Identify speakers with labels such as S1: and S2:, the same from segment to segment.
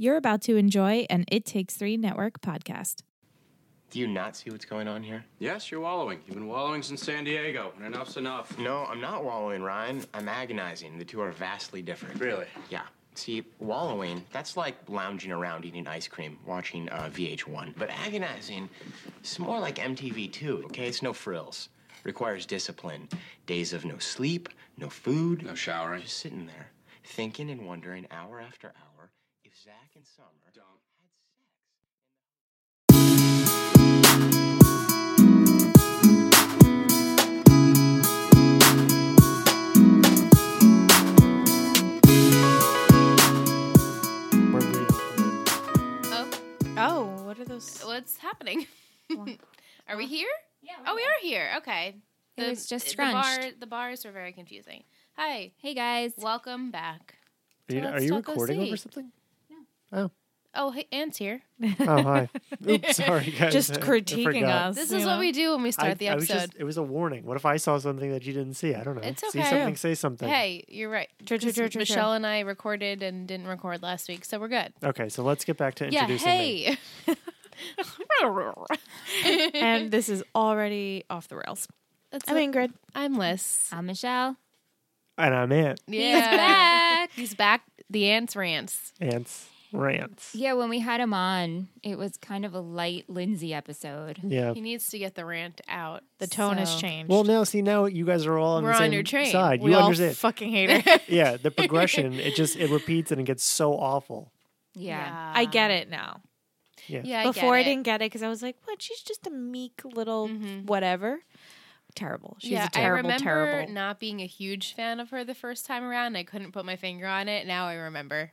S1: You're about to enjoy an It Takes Three Network podcast.
S2: Do you not see what's going on here?
S3: Yes, you're wallowing. You've been wallowing since San Diego, and enough's enough.
S2: No, I'm not wallowing, Ryan. I'm agonizing. The two are vastly different.
S3: Really?
S2: Yeah. See, wallowing, that's like lounging around eating ice cream, watching uh, VH1. But agonizing, it's more like MTV2, okay? It's no frills. Requires discipline. Days of no sleep, no food.
S3: No showering.
S2: Just sitting there, thinking and wondering hour after hour if Zach and Summer.
S4: Oh,
S1: Oh, what are those?
S4: what's happening? are we here? Yeah. oh, we are here. Okay.
S5: It was just
S4: the
S5: scrunched.
S4: bar- the bars are very confusing. Hi,
S5: Hey guys.
S4: welcome back.
S6: Are you,
S4: So
S6: are
S4: let's
S6: you
S4: talk
S6: recording over
S4: OC.
S6: something?
S4: Oh, hey, Anne's here.
S6: Oh, hi. Oops, sorry, guys.
S1: Just
S6: I- I
S1: critiquing
S6: forgot.
S1: us.
S4: This
S1: you
S4: is what
S1: know?
S4: we do when we
S6: I-
S4: start the
S6: I was
S4: episode.
S6: just- it was a warning. What if I saw something that you didn't see? I don't know.
S4: It's
S6: See
S4: okay.
S6: something, say something.
S4: Hey, you're right.
S5: True, true,
S4: 'Cause
S5: true, true, true.
S4: Michelle and I recorded and didn't record last week, so we're good.
S6: Okay, so let's get back to
S4: Yeah.
S6: introducing me.
S4: Hey.
S1: And this is already off the rails.
S4: That's
S1: I'm Ingrid.
S4: I'm Liz.
S5: I'm Uh, Michelle.
S6: And I'm Ant.
S4: Yeah.
S5: He's back.
S4: He's back. The Ants rants.
S6: Ant's rants.
S5: Yeah, when we had him on, it was kind of a light Lindsay episode.
S6: Yeah.
S4: He needs to get the rant out.
S1: The tone has
S5: So-
S1: changed.
S6: Well, now see, now you guys are all on
S4: We're
S6: the
S4: on
S6: same
S4: your train.
S6: side.
S1: we
S6: you
S1: all
S6: understand?
S1: fucking hate her.
S6: yeah, the progression. it just it repeats and it gets so awful.
S5: Yeah.
S1: I get it now.
S4: Yeah. I get
S1: Before I
S4: it.
S1: didn't get it because I was like, "What? She's just a meek little
S4: Mhm.
S1: whatever." Terrible. She's a terrible,
S4: I remember
S1: terrible.
S4: not being a huge fan of her the first time around. I couldn't put my finger on it. Now I remember.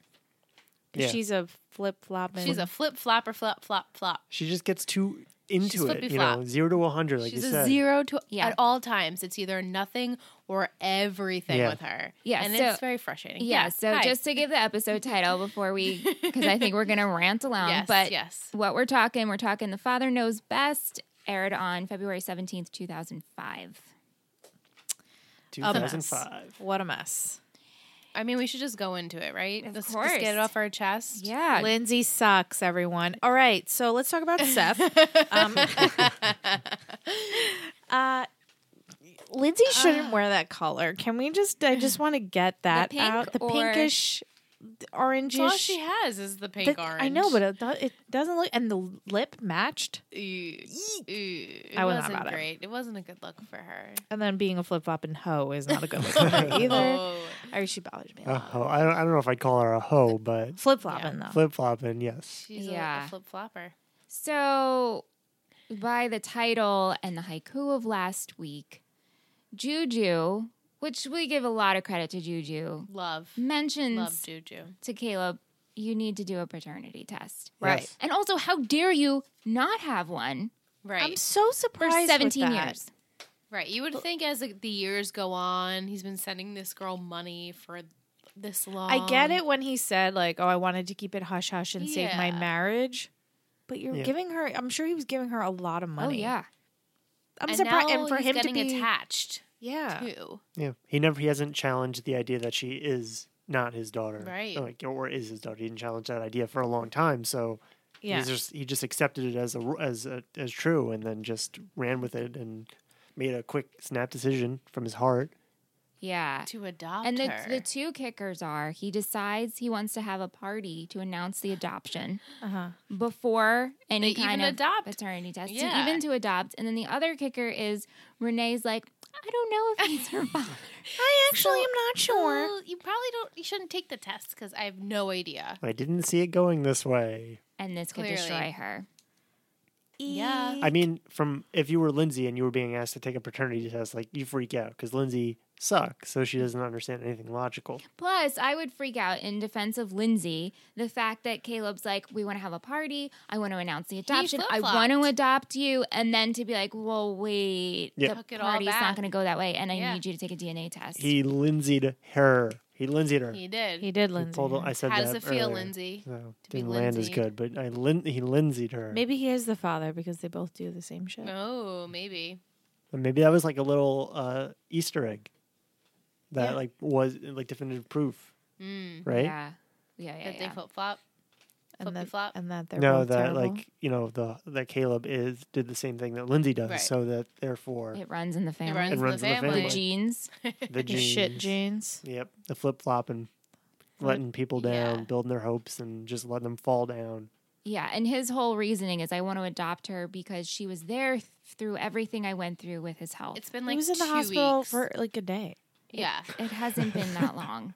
S6: Yeah.
S1: She's a flip flopping.
S4: She's a flip flopper, flop, flop, flop.
S6: She just gets too
S4: She's
S6: into it. You know,
S4: flippy-flop.
S6: zero to one hundred, like
S4: She's
S6: you
S4: a
S6: said.
S4: zero to
S5: Yeah.
S4: at all times. It's either nothing or everything
S6: Yeah.
S4: with her.
S5: Yeah,
S4: and
S5: so-
S4: it's very frustrating.
S5: Yeah, so
S4: Hi.
S5: just to give the episode title before we, because I think we're going to rant along.
S4: yes,
S5: but
S4: yes,
S5: what we're talking, we're talking The Father Knows Best, aired on February 17th, 2005.
S6: Two
S1: a
S6: thousand
S1: mess.
S6: five.
S1: What a mess.
S4: I mean we should just go into it, right?
S5: Of
S4: Let's
S5: course.
S4: just get it off our chest.
S5: Yeah.
S1: Lindsay sucks, everyone. All right, so let's talk about Seth. um, uh, Lindsay shouldn't wear that color. Can we just? I just want to get that
S5: pink
S1: out. The
S5: or-
S1: pinkish,
S4: That's all
S1: orangish.
S4: she has is the pink
S1: that-
S4: orange.
S1: I know, but it, do- it doesn't look. And the lip matched.
S4: Ew. Ew. it
S1: I was not
S4: wasn't
S1: about it.
S4: great. It wasn't a good look for her.
S1: And then being a flip flop and hoe is not a good look for her either.
S4: Oh.
S1: I mean, she bothers me.
S6: A hoe. I don't, I don't know if I'd call her a hoe, but
S1: Flip flopping though.
S6: flip flopping, yes.
S4: She's a,
S5: Yeah.
S4: a flip flopper.
S5: So, by the title and the haiku of last week, Juju, which we give a lot of credit to Juju,
S4: Love.
S5: mentions
S4: Love Juju.
S5: to Caleb, you need to do a paternity test.
S6: Right. Yes.
S5: And also, how dare you not have one
S4: Right.
S1: I'm so
S5: for
S1: surprised. with
S5: 17
S1: that.
S5: years?
S4: right. You would think as like, the years go on, he's been sending this girl money for this long.
S1: I get it when he said like, "Oh, I wanted to keep it hush hush and save my
S4: Um, Yeah.
S1: marriage," but you're
S6: Yeah.
S1: giving her. I'm sure he was giving her a lot of money.
S5: Oh, yeah.
S1: I'm
S4: and
S1: surprised.
S4: now
S1: And for
S4: he's
S1: him to
S4: getting
S1: be,
S4: attached
S1: yeah,
S4: too.
S6: Yeah. He never he hasn't challenged the idea that she is not his daughter.
S4: Right.
S6: Like or is his daughter. He didn't challenge that idea for a long time. So
S1: yeah,
S6: he's just he just accepted it as a ru- as a, as true and then just ran with it and made a quick snap decision from his heart.
S5: Yeah.
S4: To adopt
S5: And the,
S4: her.
S5: the two kickers are he decides he wants to have a party to announce the adoption
S1: uh-huh.
S5: before any
S4: They
S5: kind
S4: even
S5: of
S4: adopt.
S5: paternity test, to
S4: Yeah.
S5: even to adopt. And then the other kicker is Renee's like, I don't know if he's her father.
S1: I actually am
S4: uh,
S1: not sure.
S4: Well, you probably don't. You shouldn't take the test because I have no idea.
S6: I didn't see it going this way.
S5: And this could
S4: Clearly.
S5: destroy her.
S4: yeah.
S6: I mean, from if you were Lindsay and you were being asked to take a paternity test, like you freak out because Lindsay sucks, so she doesn't understand anything logical.
S5: Plus, I would freak out in defense of Lindsay the fact that Caleb's like, we want to have a party. I want to announce the adoption. I
S4: flip-flopped.
S5: want to adopt you. And then to be like, well, wait,
S6: Yeah.
S5: the
S4: Took it all
S5: party's
S4: back.
S5: not going to go that way. And I
S4: Yeah.
S5: need you to take a DNA test.
S6: He Lindsayed her. He Lindsayed her.
S4: He did.
S1: He did,
S6: He
S1: Lindsay.
S6: pulled- I said
S4: How
S6: that
S4: does it feel,
S6: earlier.
S4: Lindsay?
S6: No,
S4: to be
S6: didn't land as
S4: Lindsayed?
S6: good, but I lin- he Lindsayed her. Maybe.
S1: Maybe he is the father because they both do the same shit.
S4: Oh, maybe.
S6: Maybe that was like a little uh, Easter egg that
S1: Yeah.
S6: like was like definitive proof,
S4: Mm.
S6: right?
S5: Yeah. Yeah. Yeah.
S4: That they
S5: yeah.
S4: flip flop.
S1: and that
S4: Flippy-flop?
S1: and that they're
S6: no,
S1: both
S6: that
S1: terrible.
S6: like you know the that Caleb is did the same thing that Lindsay does,
S4: Right.
S6: so that therefore
S5: It runs in the family.
S4: runs
S6: It runs in the
S5: the
S6: family.
S5: genes.
S6: the
S1: the
S6: jeans,
S1: shit jeans.
S6: Yep, the flip flopping, letting people down,
S4: Yeah.
S6: building their hopes, and just letting them fall down.
S5: Yeah, and his whole reasoning is I want to adopt her because she was there th- through everything I went through with his health.
S4: It's been
S1: he
S4: like
S1: was in the
S4: two
S1: hospital
S4: weeks.
S1: for like a day,
S4: yeah.
S5: it hasn't been that long.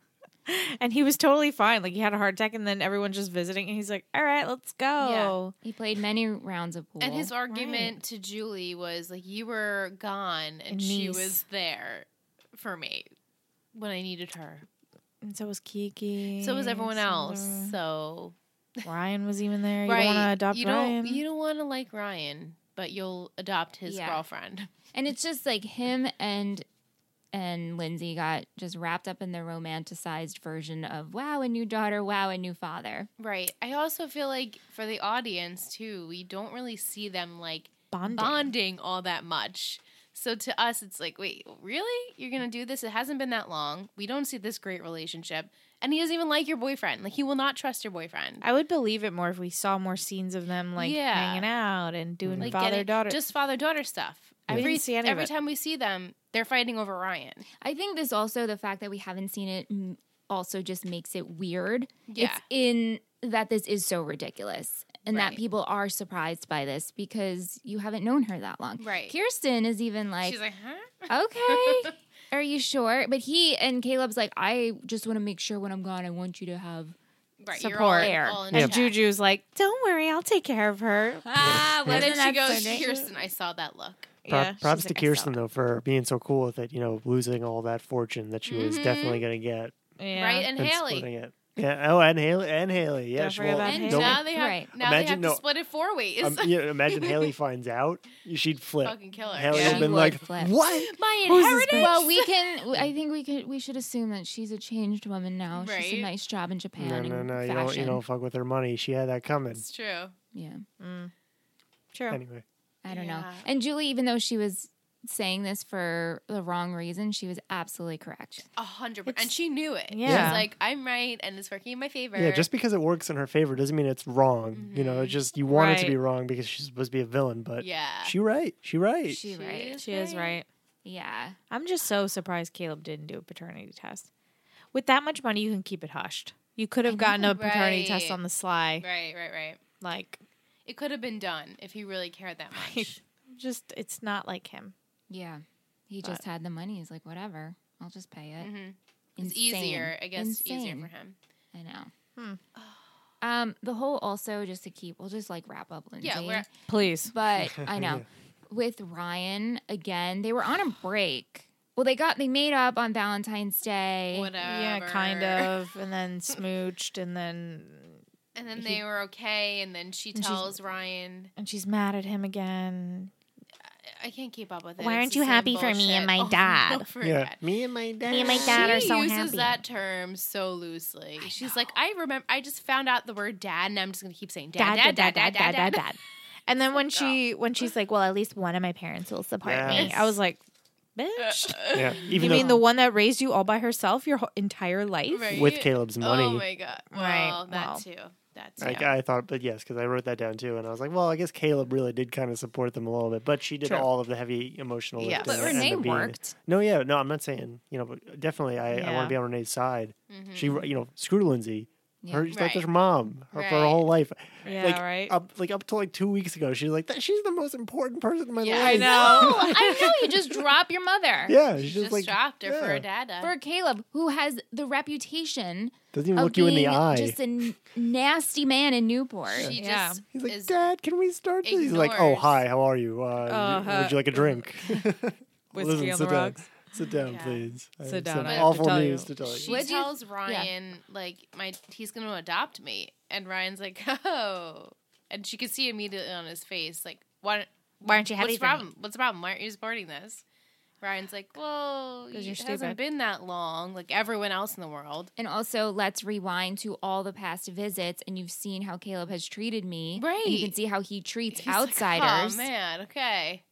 S1: and he was totally fine. Like he had a heart attack, and then everyone's just visiting, and he's like, "All right, let's go."
S5: He played many rounds of pool.
S4: And his argument to Julie was like, "You were gone, and
S1: And
S4: she
S1: niece.
S4: was there for me when I needed her.
S1: And so was Kiki.
S4: So was everyone
S1: so
S4: else.
S1: was
S4: So
S1: everyone- Ryan was even there. You
S4: right,
S1: want to adopt
S4: you
S1: Ryan?
S4: Don't, you don't want to like Ryan, but you'll adopt his
S5: Yeah.
S4: girlfriend.
S5: and it's just like him and and Lindsay got just wrapped up in the romanticized version of wow, a new daughter, wow, a new father.
S4: Right. I also feel like for the audience too, we don't really see them like
S1: Bonding.
S4: bonding all that much. So to us, it's like, wait, really? You're gonna do this? It hasn't been that long. We don't see this great relationship, and he doesn't even like your boyfriend. Like he will not trust your boyfriend.
S1: I would believe it more if we saw more scenes of them like
S4: Yeah.
S1: hanging out and
S6: Mm-hmm.
S1: doing
S4: Like
S1: father
S4: getting-
S1: daughter.
S4: just father daughter stuff.
S1: We didn't
S4: Every
S1: see any of
S4: every
S1: it.
S4: time we see them, they're fighting over Ryan.
S5: I think this also the fact that we haven't seen it mm, also just makes it weird.
S4: Yeah.
S5: It's in that this is so ridiculous and
S4: Right.
S5: that people are surprised by this because you haven't known her that long.
S4: Right.
S5: Kirsten is even like,
S4: She's like, huh?
S5: okay, are you sure? But he and Caleb's like, I just want to make sure when I'm gone, I want you to have.
S4: Right.
S1: Support.
S4: You're all, in- all in
S1: and
S4: check.
S1: Juju's like, "Don't worry, I'll take care of her."
S5: Ah,
S4: And then she
S1: Isn't that
S4: goes,
S1: so nice?
S4: Kirsten, I saw that look.
S6: Pro-
S1: Yeah, she's
S6: props
S1: like, "I
S6: to
S1: saw
S6: Kirsten though for being so cool with it. You know, losing all that fortune that she was
S1: Mm-hmm.
S4: Mhm.
S6: definitely going to get.
S1: that." Yeah.
S4: Right? And, Haley.
S6: splitting it. Yeah. Oh, and Haley. And Haley. Yeah.
S1: Don't
S6: she
S1: forget
S6: won't-
S1: about
S5: And
S1: Haley.
S6: don't-
S4: now they have
S5: Right.
S4: now they have
S6: Imagine-
S4: to
S6: no.
S4: split it four ways.
S6: um, you know, imagine Haley finds out. She'd flip.
S4: Fucking kill her.
S6: Haley
S1: Yeah.
S6: would have
S1: She
S6: been
S5: would
S6: like,
S5: flip.
S6: "What?
S4: My
S1: Who's this bitch?
S4: inheritance.
S5: Well, we can. I think we could. We should assume that she's a changed woman now. She's
S4: Right.
S5: a nice job in Japan.
S6: No, no,
S5: and
S6: no! You
S5: fashion.
S6: don't. You don't fuck with her money. She had that coming.
S4: It's true.
S5: Yeah.
S1: True.
S6: Anyway,
S5: I don't know.
S4: Yeah.
S5: And Julie, even though she was saying this for the wrong reason, she was absolutely correct.
S4: A hundred percent. And she knew it. Yeah.
S1: Yeah.
S4: She's like, I'm right, and it's working in my favor.
S6: yeah. Just because it works in her favor doesn't mean it's wrong. You know, it's just you want it to be
S1: Right.
S6: wrong because she's supposed to be a villain. But
S4: Yeah.
S6: she right. She right.
S5: She right.
S1: She is right.
S5: Yeah.
S1: I'm just so surprised Caleb didn't do a paternity test. With that much money, you can keep it hushed. You could have gotten a paternity test
S4: Right.
S1: on the sly.
S4: Right, right, right.
S1: Like,
S4: It could have been done if he really cared that much.
S1: just it's not like him.
S5: Yeah. He just had the money. He's like, whatever. I'll just pay it.
S4: Mm-hmm. It's
S5: Insane.
S4: easier, I guess, easier
S5: Insane.
S4: for him. Hmm.
S5: I know. Um, the whole also just to keep. We'll just like wrap up, Lindsay.
S4: Yeah, we're
S1: Please.
S5: But I know. With Ryan again, they were on a break. Well, they got they made up on Valentine's Day.
S4: whatever.
S1: Eh, Yeah, kind of. And then smooched, and then
S4: And then they were okay, and then she tells Ryan,
S1: and she's mad at him again.
S4: "I can't keep up with it.
S1: Why
S4: It's
S1: aren't
S4: the
S1: you
S4: same
S1: happy for me and
S4: bullshit Oh,
S1: my
S4: over
S1: dad?"
S4: over
S6: yeah.
S4: again.
S6: Me and my dad.
S1: Me and my
S4: She
S1: dad are so
S4: uses
S1: happy.
S4: that term so loosely. She's like, I remember. I just found out the word dad, and I'm just gonna keep saying dad, dad, dad, dad, dad, dad.
S1: And then when she when she's like, "Well, at least one of my parents will support me,"
S6: Yes.
S1: I was like, "Bitch,
S6: Yeah. Even
S1: you
S6: though
S1: mean the one that raised you all by herself your whole entire life?"
S4: Right.
S6: with Caleb's money.
S4: Oh my god!
S1: Right,
S4: Well, that
S1: well.
S4: too. That too.
S6: Like I thought, but yes, because I wrote that down too, and I was like, well, I guess Caleb really did kind of support them a little bit, but she did
S1: True.
S6: all of the heavy emotional.
S1: Yeah.
S6: lifting
S1: But
S6: that ended
S5: Renee
S6: up being-
S5: worked.
S6: No, yeah, no, I'm not saying you know, but definitely, I, I want
S1: Yeah.
S6: to be on Renee's side. She, you know, screw Lindsay. Her,
S4: Mm-hmm. Right.
S6: That's her mom her, for her
S4: Right.
S6: whole life.
S1: Yeah,
S6: like,
S1: right.
S6: Up, like up to like two weeks ago, she was like, "That- she's the most important person in my
S4: Yeah,
S6: life.
S4: I know.
S5: I know you just drop your mother
S6: Yeah,
S4: She
S6: she's
S4: just
S6: just like
S4: dropped her for
S6: yeah.
S4: a dada.
S5: for Caleb, who has the reputation
S6: Doesn't even
S5: of
S6: look you in the
S5: being
S6: eye.
S5: just a n- nasty man in Newport.
S4: she
S1: Yeah.
S4: just
S6: He's like,
S4: is
S6: Dad, can we start this? He's like, Oh,
S4: ignores-
S6: hi, how are you? Uh,
S1: Uh,
S6: would you like a drink?
S1: Whiskey
S6: Listen,
S1: on
S6: sit
S1: the
S6: down.
S1: rocks.
S6: Sit down,
S4: Yeah.
S6: please. I
S1: Sit
S6: have
S1: down,
S6: some
S1: I have to
S6: awful
S1: tell
S6: news
S1: you.
S6: to tell you.
S4: She
S5: What'd you-
S4: tells
S5: yeah.
S4: Ryan like my he's gonna adopt me, and Ryan's like, oh, and she could see immediately on his face like, why?
S1: Why aren't you happy
S4: What's the
S1: for me?
S4: problem? What's the problem? Why aren't you supporting this? Ryan's like, well,
S1: 'Cause
S4: it
S1: you're stupid."
S4: hasn't been that long, like everyone else in the world,
S5: And also, let's rewind to all the past visits, and you've seen how Caleb has treated me. And you
S4: Right.
S5: can see how he treats
S4: He's like,
S5: outsiders.
S4: oh man, okay.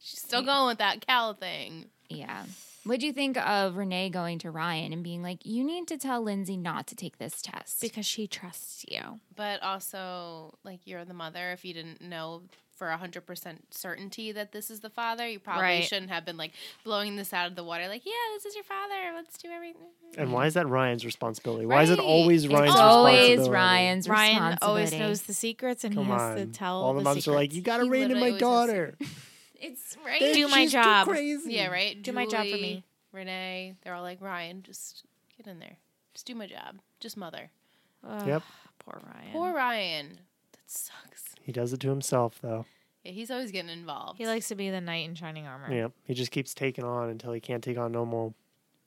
S4: She's still going with that cow thing.
S5: Yeah. What'd you think of Renee going to Ryan and being like, you need to tell Lindsay not to take this test?
S1: because she trusts you.
S4: But also, like, you're the mother. If you didn't know for 100% certainty that this is the father, you probably
S1: Right.
S4: shouldn't have been, like, blowing this out of the water. Like, yeah, this is your father. Let's do everything.
S1: Mm-hmm.
S6: And why is that Ryan's responsibility? Why is it
S4: Right.
S6: always
S4: It's
S6: Ryan's
S5: always
S6: responsibility?
S5: Ryan's
S1: Ryan always
S5: responsibility.
S1: knows the secrets and
S6: Come
S1: he has
S6: on.
S1: to tell
S6: All the, moms are like, you got to
S4: He
S6: rein in my
S4: literally always
S6: daughter.
S5: It's right.
S1: Do
S6: She's
S1: my
S6: too
S1: job.
S6: Crazy.
S4: Yeah, right?
S1: Do my job for me.
S4: Renee, they're all like, Ryan, just get in there. Just do my job. Just mother.
S1: Ugh,
S6: Yep.
S1: Poor Ryan.
S4: Poor Ryan. That sucks.
S6: He does it to himself though.
S4: Yeah, he's always getting involved.
S1: He likes to be the knight in shining armor.
S6: Yeah, he just keeps taking on until he can't take on no more.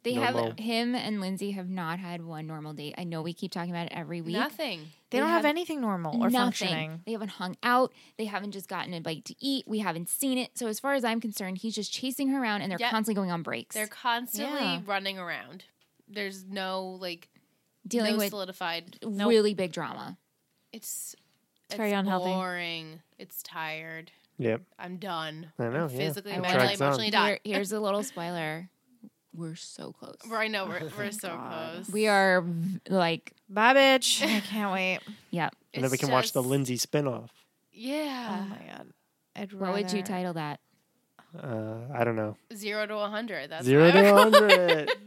S5: They
S6: No
S5: have
S6: mo.
S5: him and Lindsay have not had one normal date. I know we keep talking about it every week.
S4: nothing.
S1: They, don't have, anything normal or functioning.
S5: They haven't hung out. They haven't just gotten a bite to eat. We haven't seen it. So as far as I'm concerned, he's just chasing her around, and they're
S4: Yep.
S5: constantly going on breaks.
S4: They're constantly
S1: Yeah.
S4: running around. There's no like
S5: dealing
S4: no
S5: with
S4: solidified.
S5: really big drama.
S4: It's
S1: It's very unhealthy.
S4: Boring. It's tired.
S6: Yep.
S4: I'm done.
S6: I know,
S4: I'm
S6: yeah.
S4: physically,
S6: It
S4: mentally,
S6: drags on.
S4: emotionally done.
S5: Here- here's a little spoiler: we're so close.
S4: I know
S1: Oh
S4: we're, we're so close.
S5: We are v- like,
S1: Bye, bitch. I can't wait.
S5: yep.
S6: And then we
S4: It's
S6: can watch the
S4: just-
S6: Lindsay spinoff.
S1: Oh
S4: Yeah,
S1: my god. I'd
S5: What would you
S1: rather-
S5: title that?
S6: Uh, I don't know.
S4: zero to a hundred. That's
S6: Zero
S4: what I
S6: to
S4: would-
S6: hundred.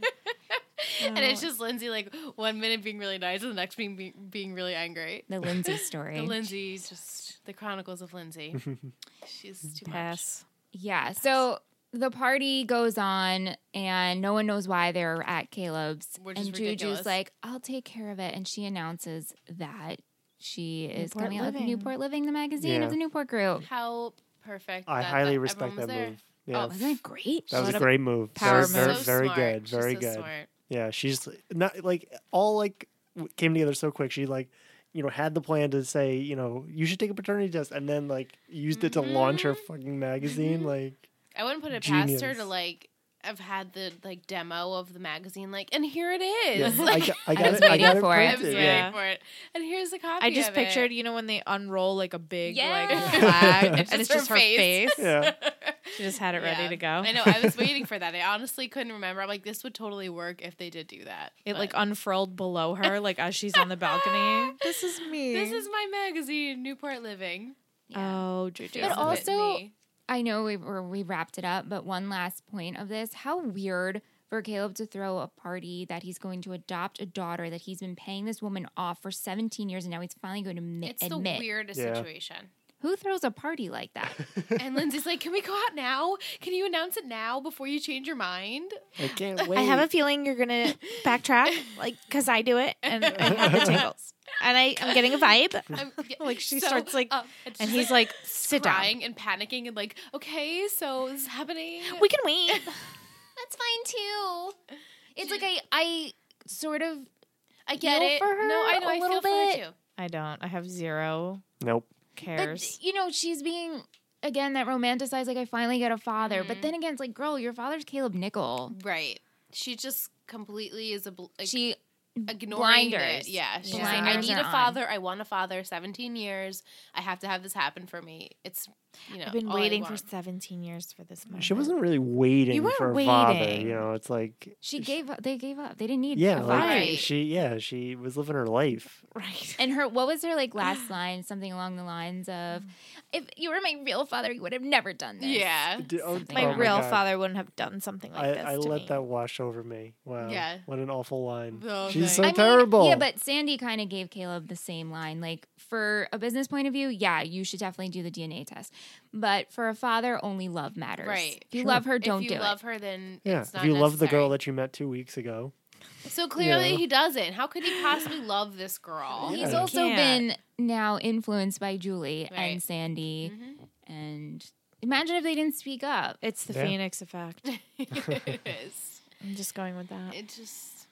S1: Oh,
S4: and it's just Lindsay like one minute being really nice and the next being being, being really angry.
S5: The Lindsay
S4: The
S5: story.
S4: Lindsay's just the Chronicles of Lindsay. She's too much.
S1: pass.
S5: Yeah. So the party goes on, and no one knows why they're at Caleb's.
S4: Which is
S5: and Juju's
S4: ridiculous.
S5: like, "I'll take care of it," and she announces that she is
S1: Newport
S5: coming out with
S1: Living.
S5: Newport Living, the magazine
S6: Yeah.
S5: of the Newport Group.
S4: How perfect!
S6: I
S4: that-
S6: highly
S4: that everyone
S6: respect
S4: was
S6: that
S4: there.
S6: move. Yeah.
S4: Oh,
S5: Wasn't it great?
S6: that was
S1: What
S6: a
S1: a
S6: great move.
S1: power
S6: very, very,
S1: move.
S6: very
S4: smart.
S6: good.
S4: She's
S6: Very
S4: so
S6: good.
S4: smart.
S6: Yeah, she's not like all like w- came together so quick. She like you know had the plan to say you know you should take a paternity test, and then like used it to launch her fucking magazine. Like
S4: I wouldn't put it past her
S6: Genius.
S4: to like. I've had the like demo of the magazine, like, and here it is.
S6: yeah, I,
S4: Like,
S6: got, I got
S5: was
S6: it. I
S5: waiting
S6: got it
S5: for
S4: I
S5: it.
S4: was
S6: printed.
S4: waiting
S1: Yeah.
S4: for it, and here's a copy.
S1: I just
S4: of
S1: pictured,
S4: it.
S1: you know, when they unroll like a big
S4: Yeah.
S1: like flag
S4: It's
S1: and it's just
S4: just her
S1: her
S4: face.
S1: face.
S6: Yeah.
S1: She just had it
S4: Yeah.
S1: ready to go.
S4: I know. I was waiting for that. I honestly couldn't remember. I'm like, this would totally work if they did do that.
S1: It
S4: But
S1: like unfurled below her, like as she's on the balcony. this is me.
S4: this is my magazine, Newport Living.
S1: oh, Juju.
S4: Isn't
S5: But
S4: it
S5: also-
S4: me?
S5: I know we were, we wrapped it up, but one last point of this: how weird for Caleb to throw a party that he's going to adopt a daughter that he's been paying this woman off for 17 years, and now he's finally going to admit.
S4: it's the
S5: admit.
S4: weirdest
S6: Yeah.
S4: situation.
S5: Who throws a party like that?
S4: And Lindsay's like, can we go out now? Can you announce it now before you change your mind?
S6: I can't wait.
S1: I have a feeling you're gonna backtrack, like because I do it, and I have the tingles, and I am getting a vibe.
S4: I'm- yeah.
S1: Like, she starts, like-
S4: uh, it's
S1: And
S4: just,
S1: he's like, "Sit
S4: crying
S1: down.
S4: and panicking and like, okay, so this is happening.
S1: We can wait."
S5: That's fine too. It's like I I sort of
S4: I get
S5: feel
S4: it.
S5: for her
S4: no, I know.
S5: a
S4: I feel
S5: little
S4: for
S5: bit.
S4: her too.
S1: I don't. I have zero
S6: Nope.
S1: cares.
S5: but you know she's being again that romanticized like I finally get a father,
S4: Mm-hmm.
S5: but then again it's like girl, your father's Caleb Nickel.
S4: Right. She just completely is a bl- like,
S5: She
S4: ignoring it.
S5: blinders.
S4: Yeah. She's like, I
S5: Blinders
S4: need
S5: are
S4: a
S5: on.
S4: father. I want a father. 17 years. I have to have this happen for me. It's, you know,
S1: I've been
S4: all I
S1: waiting for
S4: want.
S1: 17 years for this moment.
S6: She wasn't really waiting
S1: Oh, You weren't
S6: for a father.
S1: waiting.
S6: You know, it's like
S5: she gave up. They gave up. They didn't need
S6: yeah,
S5: a
S6: like
S5: father.
S4: Right.
S6: she yeah she was living her life.
S1: right.
S5: And her what was her like last line? Something along the lines of, "If you were my real father, you would have never done this."
S4: Mm-hmm. Yeah.
S6: D- oh,
S5: Something
S1: My
S6: oh
S5: like that.
S1: real
S6: God.
S1: father wouldn't have done something like this.
S6: I, I
S1: to
S6: let
S1: me.
S6: that wash over me. Wow.
S4: Yeah.
S6: What an awful line.
S4: Oh, thanks.
S6: She's so
S4: I
S5: I mean,
S6: terrible.
S5: yeah, but Sandy kind of gave Caleb the same line. Like, for a business point of view, yeah, you should definitely do the DNA test. But for a father, only love matters.
S4: Right.
S5: If you love her, don't
S4: if you
S5: do
S4: love
S5: it.
S4: her, then
S6: yeah,
S4: it's
S6: if
S4: not
S6: you love the
S4: necessary.
S6: girl that you met two weeks ago,
S4: so clearly
S6: Yeah.
S4: he doesn't. How could he possibly love this girl?
S5: He's
S6: Yeah.
S5: also
S1: Can't.
S5: been now influenced by Julie and
S4: Right. Mm-hmm.
S5: Sandy. And imagine if they didn't speak up.
S1: It's the
S6: Yeah.
S1: phoenix effect.
S4: it is.
S1: I'm just going with that.
S4: It just,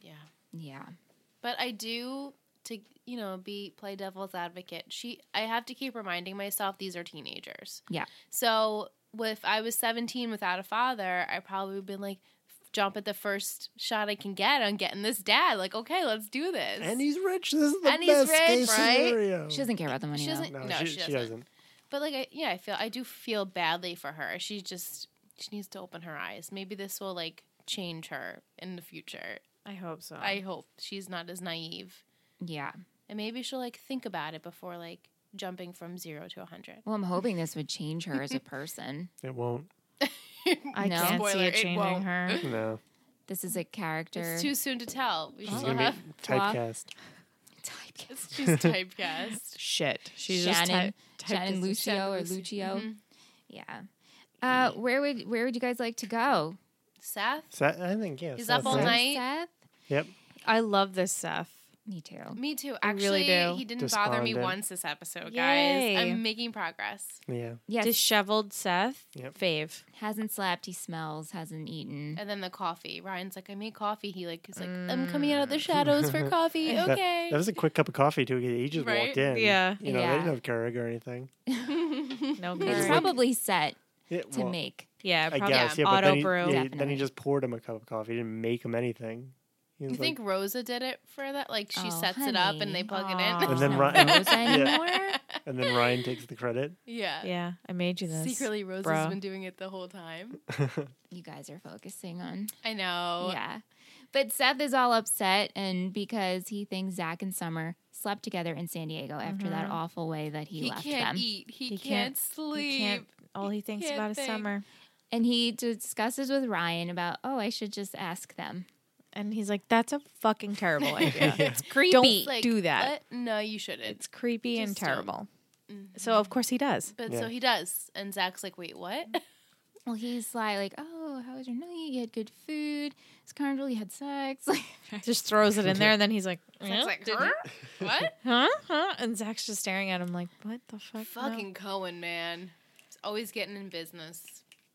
S4: yeah.
S5: Yeah.
S4: But I do to you know be play devil's advocate. She, I have to keep reminding myself these are teenagers.
S5: Yeah.
S4: So if I was 17 without a father, I probably would have been like, jump at the first shot I can get on getting this dad. Like, okay, let's do this.
S6: and he's rich. This is the
S4: And he's
S6: best
S4: rich,
S6: case
S4: right?
S6: scenario.
S5: She doesn't care about the money.
S4: She
S5: though.
S4: doesn't-
S6: No,
S4: No,
S6: she,
S4: she
S6: she
S4: doesn't. but like, I, yeah, I feel I do feel badly for her. She's just She needs to open her eyes. Maybe this will like change her in the future.
S1: I hope so.
S4: I hope she's not as naive.
S5: Yeah.
S4: And maybe she'll like think about it before like jumping from zero to a 100.
S5: Well, I'm hoping this would change her as a person.
S6: It won't.
S1: I
S5: No.
S1: can't see
S4: Spoiler,
S1: it
S4: it
S1: changing
S4: won't.
S1: her.
S6: No.
S5: This is a character.
S4: It's too soon to tell. We
S6: She's
S4: still
S6: going to
S4: have.
S6: be
S5: fluff.
S6: typecast.
S5: typecast.
S4: She's typecast.
S1: Shit. She's just
S5: Shannon,
S1: type-
S5: Shannon
S1: typecast.
S5: Lucio or
S4: Lucio.
S5: Lucio. Yeah. Uh, where would where would you guys like to go?
S4: Seth?
S6: Sa- I think, yeah.
S4: He's
S6: Seth,
S4: up all
S6: right?
S4: night.
S5: Seth?
S6: Yep.
S1: I love this Seth.
S5: Me too.
S4: Me too.
S1: I
S4: Actually,
S1: really do.
S4: he didn't bother me
S6: Despondent.
S4: once this episode, guys.
S1: Yay.
S4: I'm making progress.
S6: Yeah.
S5: Yes.
S1: Disheveled Seth.
S6: Yep.
S1: Fave.
S5: hasn't slept. He smells. Hasn't eaten.
S4: And then the coffee. Ryan's like, I made coffee. He like is like, I'm coming out of the shadows for coffee.
S6: Mm.
S4: Oh,
S6: That-
S4: Okay.
S6: That, was a quick cup of coffee, too. He just
S4: Right?
S6: walked in.
S1: Yeah.
S6: You know,
S5: Yeah.
S6: they didn't have Keurig or anything.
S1: No curve.
S5: It's probably set
S6: It,
S5: to
S6: well,
S5: make.
S1: yeah,
S6: I
S1: probably
S6: guess. Yeah, but
S1: auto
S6: then he,
S1: brew.
S6: yeah, then
S5: Definitely.
S6: he just poured him a cup of coffee. He didn't make him anything. He was
S4: You think Rosa did it for that? Like she
S5: Oh,
S4: sets it up
S5: honey.
S4: and they plug it
S1: Aw.
S4: in.
S6: And then
S5: No
S6: Ryan-
S5: Rosa
S6: Yeah.
S5: anymore.
S6: and then Ryan takes the credit.
S4: yeah.
S1: Yeah, I made you this.
S4: Secretly, Rosa's
S1: bro.
S4: been doing it the whole time.
S5: You guys are focusing on.
S4: I know.
S5: Yeah. But Seth is all upset, and because he thinks Zach and Summer slept together in San Diego after that awful way that he,
S4: He
S5: left
S4: can't
S5: them.
S4: eat. He,
S1: He
S4: can't,
S1: can't-
S4: sleep.
S1: He can't, all he thinks
S4: can't
S1: about is
S4: think.
S1: summer.
S5: And he discusses with Ryan about, oh, I should just ask them.
S1: And he's like, that's a fucking terrible idea.
S5: It's creepy.
S1: Don't
S4: Like,
S1: do that.
S4: what? No, you shouldn't.
S1: It's creepy and
S4: Just don't. Mm-hmm.
S1: terrible. So, of course, he does.
S4: But
S6: Yeah.
S4: so he does. And Zach's like, wait, what?
S5: Well, he's like, like, oh, how was your night? You had good food. It's carnival. You had sex. Like,
S1: Just throws it in there, and then he's like,
S4: Zach's
S1: "Huh?
S4: like,
S1: Did-
S4: huh? what?
S1: huh? Huh? And Zach's just staring at him like, what the fuck? No.
S4: Fucking Cohen, man. He's always getting in business.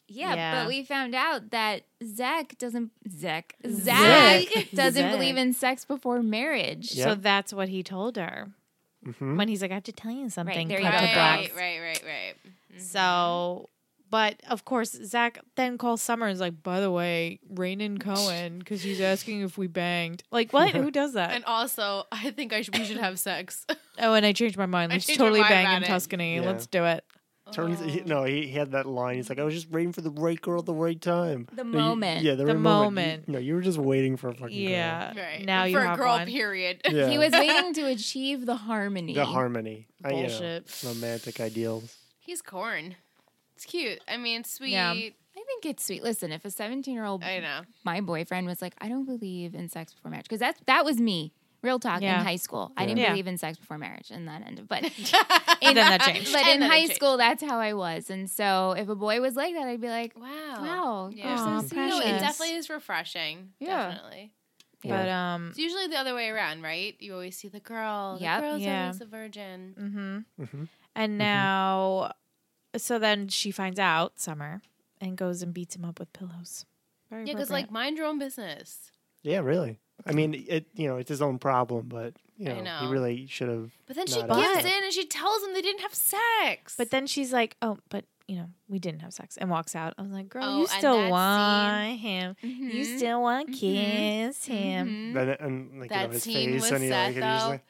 S5: yeah,
S1: Yeah.
S5: but we found out that Zach doesn't. Zach. Zach,
S1: Zach.
S5: doesn't
S1: Zach.
S5: believe in sex before marriage.
S1: So
S6: Yeah.
S1: that's what he told her
S6: Mhm.
S1: when he's like, I have to tell you something.
S5: there you
S1: cut
S5: go.
S1: the
S5: Right,
S1: box.
S4: right, mm-hmm. right, right.
S1: So, but of course, Zach then calls Summer and is like, by the way, Rainin Cohen, because he's asking if we banged. Like, what? Who does that?
S4: And also, I think I should, we should have sex.
S1: oh, and I changed my mind.
S4: I
S1: Let's
S4: changed my
S1: totally
S4: mind
S1: bang
S4: about
S1: in
S4: it.
S1: Tuscany.
S6: Yeah.
S1: Let's do it.
S4: Oh,
S6: Turns he, no, he, he had that line. He's like, I was just waiting for the right girl at the right time.
S5: The
S6: No, you-
S5: moment.
S6: yeah, the,
S1: The
S6: right moment.
S1: moment.
S6: You, no, you were just waiting for a fucking girl.
S1: Yeah.
S4: Right.
S1: Now you
S4: For
S1: have
S4: a girl
S1: one.
S4: period.
S6: Yeah.
S5: He was waiting to achieve the harmony.
S6: the harmony. I, you know,
S1: Bullshit.
S6: romantic ideals.
S4: He's corn. It's cute. I mean, it's sweet.
S1: Yeah.
S5: I think it's sweet. Listen, if a 17 year old,
S4: I know.
S5: my boyfriend was like, I don't believe in sex before marriage, because that's that was me. Real talk
S1: Yeah.
S5: in high school, I didn't
S1: Yeah.
S5: believe in sex before marriage, and that ended. But
S1: And then that changed.
S5: but in
S4: And then it
S5: high
S4: changed.
S5: school, that's how I was, and so if a boy was like that, I'd be like,
S4: Wow.
S5: Wow,
S4: Yeah.
S1: Aw,
S5: you're so sweet.
S4: No,
S1: precious.
S4: it definitely is refreshing.
S5: Yeah.
S4: Definitely.
S1: But, um,
S4: It's usually the other way around, right? You always see the girl.
S5: Yep.
S4: The girl's
S1: Yeah.
S4: always a virgin.
S1: mhm.
S6: Mhm.
S1: and now, so then she finds out, Summer, and goes and beats him up with pillows. Very
S4: Yeah, because,
S1: appropriate.
S4: like, mind your own business.
S6: Yeah, really. I mean, it. You know, it's his own problem, but you
S4: I
S6: know,
S4: know.
S6: he really should have.
S4: But then she
S6: Not at all.
S4: gives in and she tells him they didn't have sex.
S1: But then she's like, "Oh, but you know, we didn't have sex," and walks out. I was like, "Girl,
S4: Oh,
S1: you
S4: and
S1: still
S4: that Mm-hmm.
S1: want him? You
S5: Mhm.
S1: still want to kiss him?"
S4: Mhm.
S6: And, and like you
S4: That
S6: know, his
S4: scene
S6: face,
S4: with
S6: and he like,
S4: Seth,
S6: and he's
S4: though,
S6: like,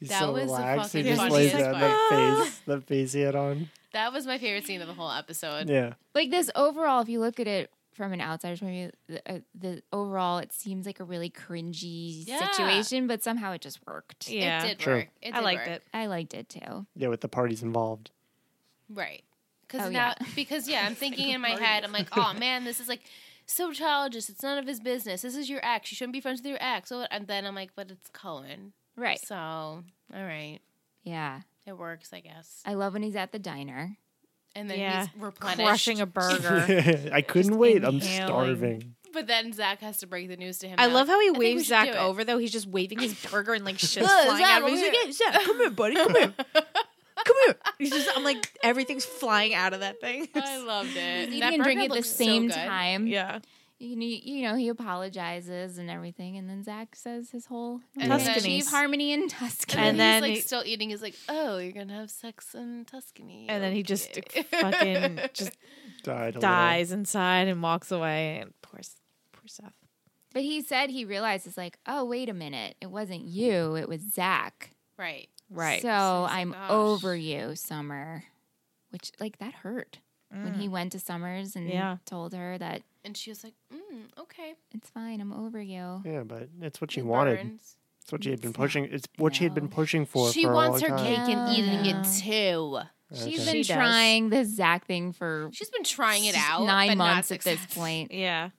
S6: he's
S4: that
S6: so
S4: was the
S6: relaxed. He
S4: fucking
S6: just
S1: funniest
S6: lays down
S1: part.
S6: that face, that face he had on.
S4: That was my favorite scene of the whole episode.
S6: Yeah,
S5: like this overall, if you look at it from an outsider's point of view, the, uh, the overall it seems like a really cringy
S4: Yeah.
S5: situation, but somehow it just worked.
S1: Yeah,
S4: It did
S6: True.
S4: work. It did
S1: I liked
S4: work.
S1: it.
S5: I liked it too.
S6: yeah, with the parties involved.
S4: Right. Because
S5: Oh,
S4: now,
S5: yeah.
S4: because yeah, I'm thinking in my head, I'm like, oh man, this is like so childish. It's none of his business. This is your ex. You shouldn't be friends with your ex. So- And then I'm like, but it's Cohen.
S5: Right.
S4: So, all right.
S5: Yeah.
S4: It works, I guess.
S5: I love when he's at the diner.
S4: And then
S1: Yeah.
S4: he's replenished.
S1: Crushing a burger.
S6: I couldn't wait. I'm
S1: inhaling.
S6: starving.
S4: But then Zach has to break the news to him.
S1: I
S4: now.
S1: love how he
S4: think we
S1: waves
S4: should
S1: Zach
S4: do it.
S1: over though. He's just waving his burger and like shit's
S4: Ugh,
S1: flying
S4: Zach,
S1: out of him. He's
S4: over
S1: like, "Hey, Zach, come here, buddy, come here, come here." He's just, I'm like, everything's flying out of that thing.
S4: I loved it.
S5: Eating
S4: That
S5: and
S4: burger
S5: drinking at the
S4: looks so
S5: same
S4: good.
S5: time.
S1: yeah,
S5: You, kn- you know, he apologizes and everything. And then Zach says his whole
S4: And
S5: "I'm gonna
S1: then-
S5: achieve harmony in Tuscany.
S1: And
S4: And,
S1: then
S4: then he's like
S1: he-
S4: still eating. He's like, "Oh, you're gonna have sex in Tuscany."
S1: and then he just
S4: Okay.
S1: fucking just
S6: Died. a little.
S1: dies inside and walks away. And poor, S- poor Seth.
S5: but he said he realizes, like, oh, wait a minute. It wasn't you, it was Zach.
S4: right.
S1: Right.
S5: So
S4: So he's like,
S5: I'm
S4: "Gosh."
S5: over you, Summer. Which, like, that hurt. when he went to Summers and
S1: Yeah.
S5: told her that
S4: And she was like, mm, okay.
S5: it's fine, I'm over you.
S6: Yeah, but it's what she
S4: It
S6: wanted.
S4: burns.
S6: It's what she had been pushing. It's what she had been pushing for.
S4: She
S6: for
S4: wants
S6: a
S4: her
S6: long time.
S4: cake and
S5: No,
S4: eating
S5: no.
S4: it too.
S5: She's
S6: Okay.
S1: She
S5: been
S1: does.
S5: trying this Zach thing for
S4: She's been trying it out.
S5: nine
S4: but not
S5: months at this
S4: successful.
S5: point.
S1: Yeah.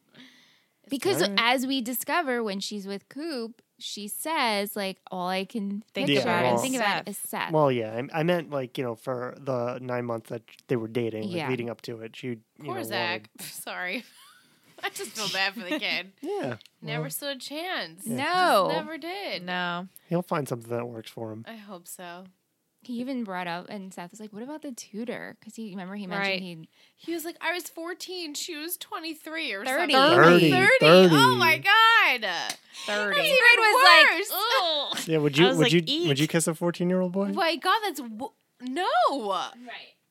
S5: Because
S6: Alright.
S5: as we discover when she's with Coop, she says, like, all I can think
S6: Yeah,
S5: about and
S6: well-
S5: think about is Seth.
S6: Well, yeah, I, I meant like you know for the nine months that they were dating, like,
S5: Yeah.
S6: leading up to it, she you know
S4: Poor
S6: wanted-
S4: Zach. Sorry. I just feel bad for the kid.
S6: yeah,
S4: Never stood a chance.
S5: no.
S4: Never did.
S1: No.
S6: he'll find something that works for him.
S4: I hope so.
S5: He even brought up, and Seth was like, what about the tutor? Because he, remember, he mentioned
S1: Right.
S5: he
S4: He was like, I was 14. She was 23 or
S5: 30.
S4: something.
S6: 30,
S4: 30.
S6: 30.
S4: Oh my God. That's
S1: 30.
S4: even
S5: was
S4: worse.
S5: like,
S6: Yeah, would you
S1: I was
S6: would
S1: like,
S6: you would
S1: "Eek."
S6: you kiss a fourteen year old boy?
S4: Oh my God. That's. W- no.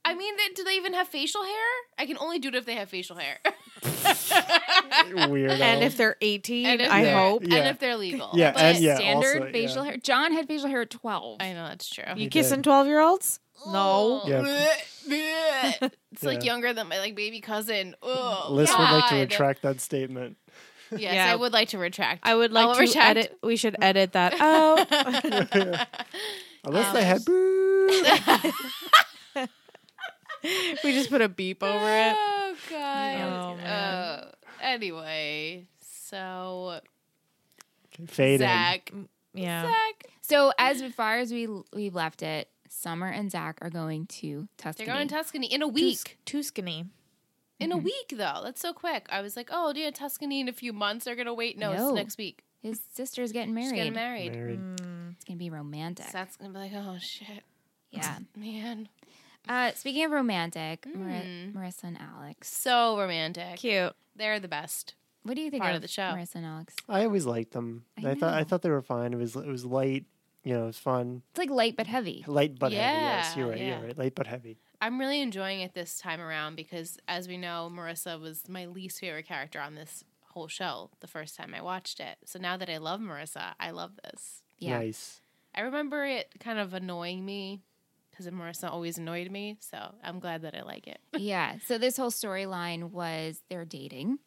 S4: I mean, th- do they even have facial hair? I can only do it if they have facial hair.
S6: Weird.
S1: And if they're 18,
S4: And if
S1: I
S4: they're-
S1: hope.
S6: Yeah.
S4: And if they're legal.
S6: Yeah,
S4: But
S6: and yeah,
S5: standard
S6: also,
S5: facial
S6: yeah.
S5: hair. John had facial hair at 12.
S4: I know, that's true.
S1: You
S6: You
S1: kissing
S6: did.
S1: 12 year olds? No.
S6: Yeah.
S4: it's like
S6: Yeah.
S4: younger than my like baby cousin. Oh,
S6: Liz would like to
S4: God.
S6: retract that statement.
S4: Yes,
S1: Yeah.
S4: I would like to retract.
S1: I would like
S4: I'll
S1: to
S4: retract.
S1: edit. We should edit that out.
S6: Unless they had boo.
S1: we just put a beep over it.
S4: Oh
S1: Oh,
S4: God.
S1: man.
S4: Uh, anyway, so
S6: Fade in.
S4: Zach,
S1: Yeah.
S4: Zach,
S5: So as far as we we left it, Summer and Zach are going to
S4: they're
S5: Tuscany.
S4: going to Tuscany in a
S1: Too
S4: week.
S1: s- Too skinny.
S4: in a week though, that's so quick. I was like, oh, yeah, Tuscany in a few months. They're gonna wait. No,
S5: No.
S4: it's next week.
S5: His sister's getting
S4: She's
S5: married.
S4: getting married.
S6: Married.
S5: It's gonna be romantic.
S4: Zach's gonna be like, oh shit,
S5: yeah.
S4: man,
S5: Uh, speaking of romantic, Mar-
S4: Mm.
S5: Marissa and Alex.
S4: so romantic.
S1: Cute.
S4: They're the best.
S5: What do you think
S4: Part
S5: of,
S4: of the show.
S5: Marissa and Alex?
S6: I always liked them. I, thought I
S5: know.
S6: thought they were fine. It was it was light. You know, it was fun.
S5: It's like light but heavy.
S6: Light but heavy. Yes,
S4: Yeah,
S6: you're right.
S4: yeah.
S6: You're right. Light but heavy.
S4: I'm really enjoying it this time around because, as we know, Marissa was my least favorite character on this whole show the first time I watched it. So now that I love Marissa, I love this.
S5: Yeah.
S6: Nice.
S4: I remember it kind of annoying me because Marissa always annoyed me. So I'm glad that I like it.
S5: yeah. So this whole storyline was they're dating.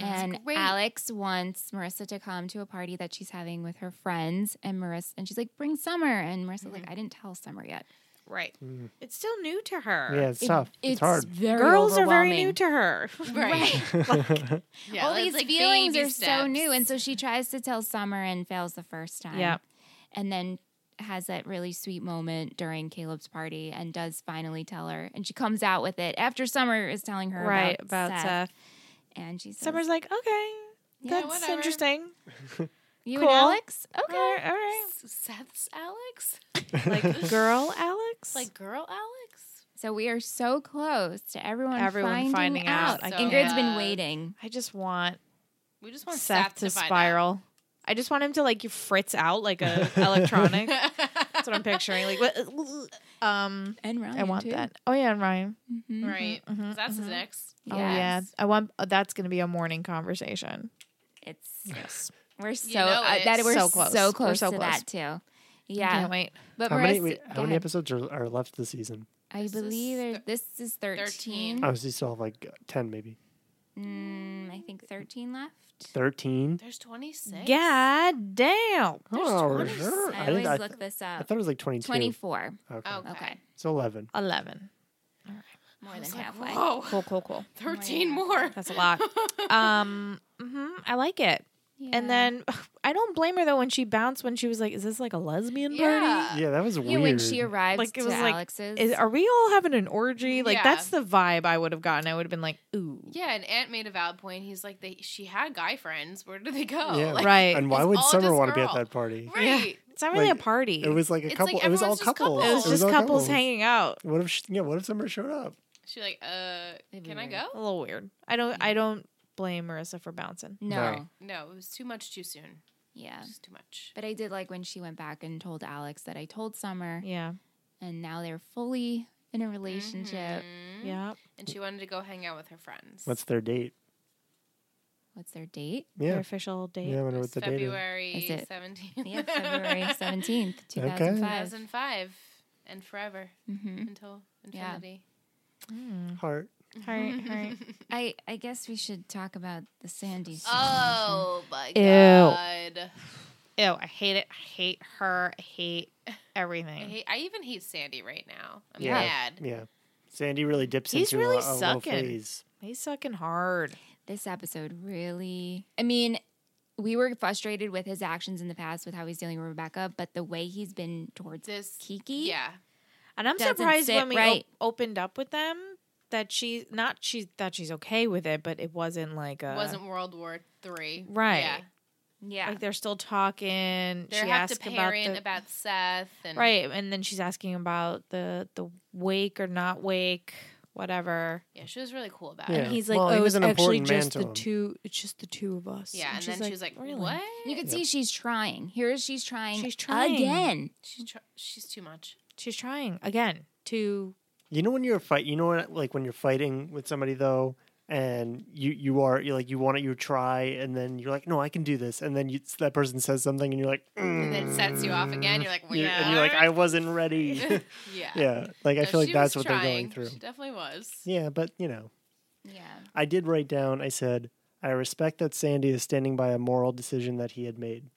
S5: And
S4: Mm-hmm. great.
S5: Alex wants Marissa to come to a party that she's having with her friends, and Marissa and she's like, "Bring Summer," and Marissa's
S4: Mm-hmm.
S5: like, "I didn't tell Summer yet."
S4: Right.
S1: It's still new to her.
S6: Mm. Yeah, it's tough. It's, hard.
S5: Very
S1: Girls are very
S5: overwhelming.
S1: new to her.
S4: Right. Yeah,
S5: all
S4: it's
S5: these
S4: like
S5: feelings
S4: baby
S5: are so
S4: steps.
S5: new and so she tries to tell summer and fails the first time
S1: Yeah.
S5: and then has that really sweet moment during caleb's party and does finally tell her and she comes out with it after summer is telling her
S1: right.
S5: about,
S1: About
S5: seth,
S1: Seth.
S5: and she says
S1: Summer's like, okay, that's
S4: whatever.
S1: interesting.
S5: you
S1: cool.
S5: and alex
S1: Okay, all right.
S4: Seth's Alex?
S1: Like, girl, Alex.
S4: Like, girl, Alex?
S5: so we are so close to everyone,
S1: Everyone
S5: finding,
S1: finding out.
S5: out,
S4: I
S5: ingrid's
S4: can't.
S5: been waiting
S1: I just want
S4: We just want
S1: Seth, to
S4: find out.
S1: spiral. I just want him to like fritz out like a electronic. That's what I'm picturing. Like, what- um,
S5: and Ryan
S1: I want
S5: too.
S1: that. Oh yeah, and Ryan.
S5: Mhm.
S4: Right. That's his ex.
S1: Oh yeah, I want. uh, that's gonna be a morning conversation.
S5: it's
S1: Yes,
S5: we're so
S4: know
S5: uh,
S4: it.
S5: that we're
S1: So
S5: so close,
S1: close.
S5: so
S1: We're
S5: close
S1: so
S5: to
S1: close.
S5: that too yeah
S1: can't wait.
S5: but
S6: How many,
S5: Marissa-
S6: wait,
S5: go
S6: how many
S5: ahead.
S6: episodes are, are left this season?
S5: I
S4: This
S5: believe
S4: is
S5: there-
S4: thir-
S5: this is 13.
S4: 13.
S6: Obviously, still have like ten, maybe
S1: Oh.
S5: Mm, I think 13 left.
S6: thirteen.
S4: There's 26.
S1: God damn.
S6: Oh,
S4: 26.
S6: sure.
S5: I,
S6: I,
S5: always
S6: didn't- I,
S5: look this
S6: I
S5: up.
S6: thought it was like twenty-two.
S5: 24.
S6: Okay,
S4: Okay.
S5: Okay.
S6: so eleven.
S1: Eleven.
S5: More
S4: I
S5: than
S4: was like,
S5: halfway.
S4: whoa,
S1: Cool, cool, cool.
S4: 13 more.
S1: That's a lot. Um, hmm I like it.
S5: Yeah.
S1: And then I don't blame her though when she bounced when she was like, "Is this like a lesbian party?"
S4: Yeah.
S6: Yeah, that was
S5: yeah,
S6: weird.
S5: when she arrived
S1: Like, it
S5: to
S1: was like,
S5: Alex's.
S1: Is, are we all having an orgy? Like
S4: Yeah.
S1: that's the vibe I would have gotten. I would have been like, ooh,
S4: Yeah, and Ant made a valid point. He's like, they, she had guy friends. Where did they go?
S6: Yeah.
S4: Like,
S1: right.
S6: and why
S4: it's
S6: would
S4: all
S6: Summer
S4: just
S6: want to be at
S4: girl.
S6: that party?
S4: Right.
S1: It's not really
S6: Like,
S1: a party.
S6: It was like a
S4: It's like
S6: couple. it was all
S4: everyone's just
S6: couples.
S4: couples.
S1: It was
S4: It
S1: just
S6: all
S1: couples, hanging out.
S6: What if she, yeah? What if Summer showed up?
S4: She like, uh,
S5: Maybe
S4: can I
S5: we're-
S4: go?
S1: A little weird. I don't. I don't blame Marissa for bouncing.
S5: no.
S6: Right.
S4: No, it was too much too soon.
S5: Yeah.
S4: It was too much.
S5: But I did like when she went back and told Alex that I told Summer,
S1: Yeah.
S5: and now they're fully in a relationship.
S4: Mhm.
S1: Yeah.
S4: And she wanted to go hang out with her friends.
S6: What's their date?
S5: What's their date?
S1: Their
S6: Yeah,
S1: official date.
S6: yeah. I wonder
S4: It
S6: what
S4: was
S6: the date is.
S4: February
S5: Is it-
S4: 17th.
S5: Yeah, February 17th, 2005.
S4: 2005 and forever
S5: hmm
S4: until
S5: Yeah.
S4: infinity.
S1: Hmm.
S6: Heart.
S1: All right, all right.
S5: I I guess we should talk about the Sandy. Song.
S4: Oh my
S1: Ew.
S4: god.
S1: Ew, I hate it. I hate her. I hate
S4: I,
S1: everything.
S4: hate, I even hate Sandy right now. I'm
S6: Yeah.
S4: mad.
S6: Yeah. Sandy really dips
S1: He's
S6: into
S1: really
S6: a, a low
S1: sucking.
S6: phase.
S1: He's sucking hard.
S5: This episode really. I mean, we were frustrated with his actions in the past with how he's dealing with Rebecca, but the way he's been towards
S4: This-
S5: Kiki,
S4: Yeah.
S1: And I'm
S5: Doesn't
S1: surprised
S5: sit
S1: when we
S5: right.
S1: op- opened up with them that she's not she's that she's okay with it, but it wasn't like a
S4: Wasn't World War Three.
S1: Right.
S4: Yeah.
S5: yeah,
S1: like they're still talking.
S4: They're
S1: she
S4: half
S1: asked about
S4: depairing
S1: the,
S4: about, Seth and
S1: right, and then she's asking about the the wake or not wake, whatever.
S4: Yeah, she was really cool about
S6: Yeah.
S4: it.
S1: And he's like,
S6: Well, he
S1: "Oh,
S6: was
S1: it's
S6: an
S1: actually
S6: important man
S1: just
S6: to
S1: the
S6: him."
S1: two. It's just the two of us."
S4: Yeah, and, then she was like, "What?
S5: you could see she's trying. Here she's trying.
S1: She's trying.
S5: again.
S4: She's tr- she's too much."
S1: She's trying again to
S6: You know when you're fight you know what like when you're fighting with somebody though and you you are you like you want it you try and then you're like no I can do this and then you, that person says something and you're like
S4: And then it sets you off again. You're like, well,
S6: Mm. you
S4: yeah.
S6: and you're like I wasn't ready.
S4: yeah.
S6: yeah. Like I
S4: No,
S6: feel like
S4: she
S6: that's
S4: was
S6: what they're
S4: trying.
S6: going through.
S4: She definitely was.
S6: Yeah, but you know,
S5: Yeah,
S6: I did write down I said I respect that Sandy is standing by a moral decision that he had made.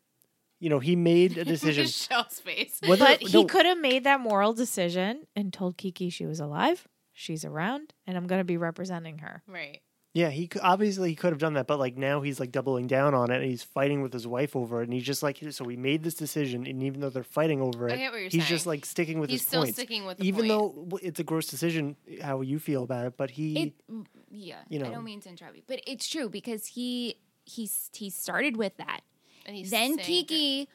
S6: You know, he made a decision.
S4: Shell's face.
S6: Whether-
S1: But he
S6: no,
S1: could have made that moral decision and told Kiki she was alive, she's around, and I'm going to be representing her.
S4: Right.
S6: Yeah, he cou- obviously he could have done that, but like now he's like doubling down on it, and he's fighting with his wife over it, and he's just like, so we made this decision, and even though they're fighting over
S4: I
S6: it,
S4: get what you're
S6: he's just
S4: saying.
S6: like sticking with
S4: He's
S6: his
S4: still
S6: points,
S4: sticking with the
S6: even
S4: point.
S6: though w- it's a gross decision how you feel about it. But he,
S5: it. mm, Yeah,
S6: you
S5: I
S6: know.
S5: don't mean to interrupt you, but it's true because he he's he started with that.
S4: and he's
S5: then
S4: saying-
S5: Kiki,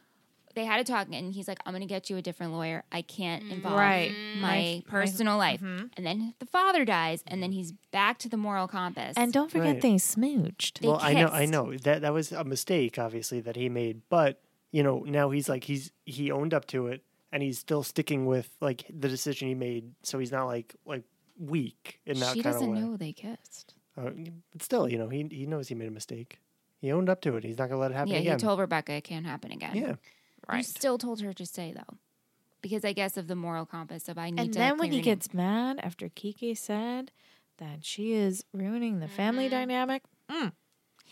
S5: they had a talk, and he's like, "I'm gonna get you a different lawyer. I can't
S4: Mm.
S5: involve
S1: Right.
S5: my personal life." And then the father dies, and
S4: Mm-hmm.
S5: then he's back to the moral compass.
S1: And don't forget
S6: Right.
S1: they smooched.
S5: They
S6: well, I know, I
S5: kissed.
S6: know that that was a mistake, obviously that he made, but you know now he's like he's he owned up to it, and he's still sticking with like the decision he made, so he's not like like weak in that
S5: she
S6: kind of
S5: doesn't
S6: way.
S5: know they kissed.
S6: Uh, but still, you know, he he knows he made a mistake. He owned up to it. He's not gonna let it happen
S5: yeah,
S6: again.
S5: he told Rebecca it can't happen again.
S6: yeah,
S5: You
S1: right.
S5: still told her to stay though, because I guess of the moral compass of I need.
S1: And
S5: to
S1: then when
S5: clear
S1: he
S5: your name.
S1: gets mad after Kiki said that she is ruining the family dynamic, mm,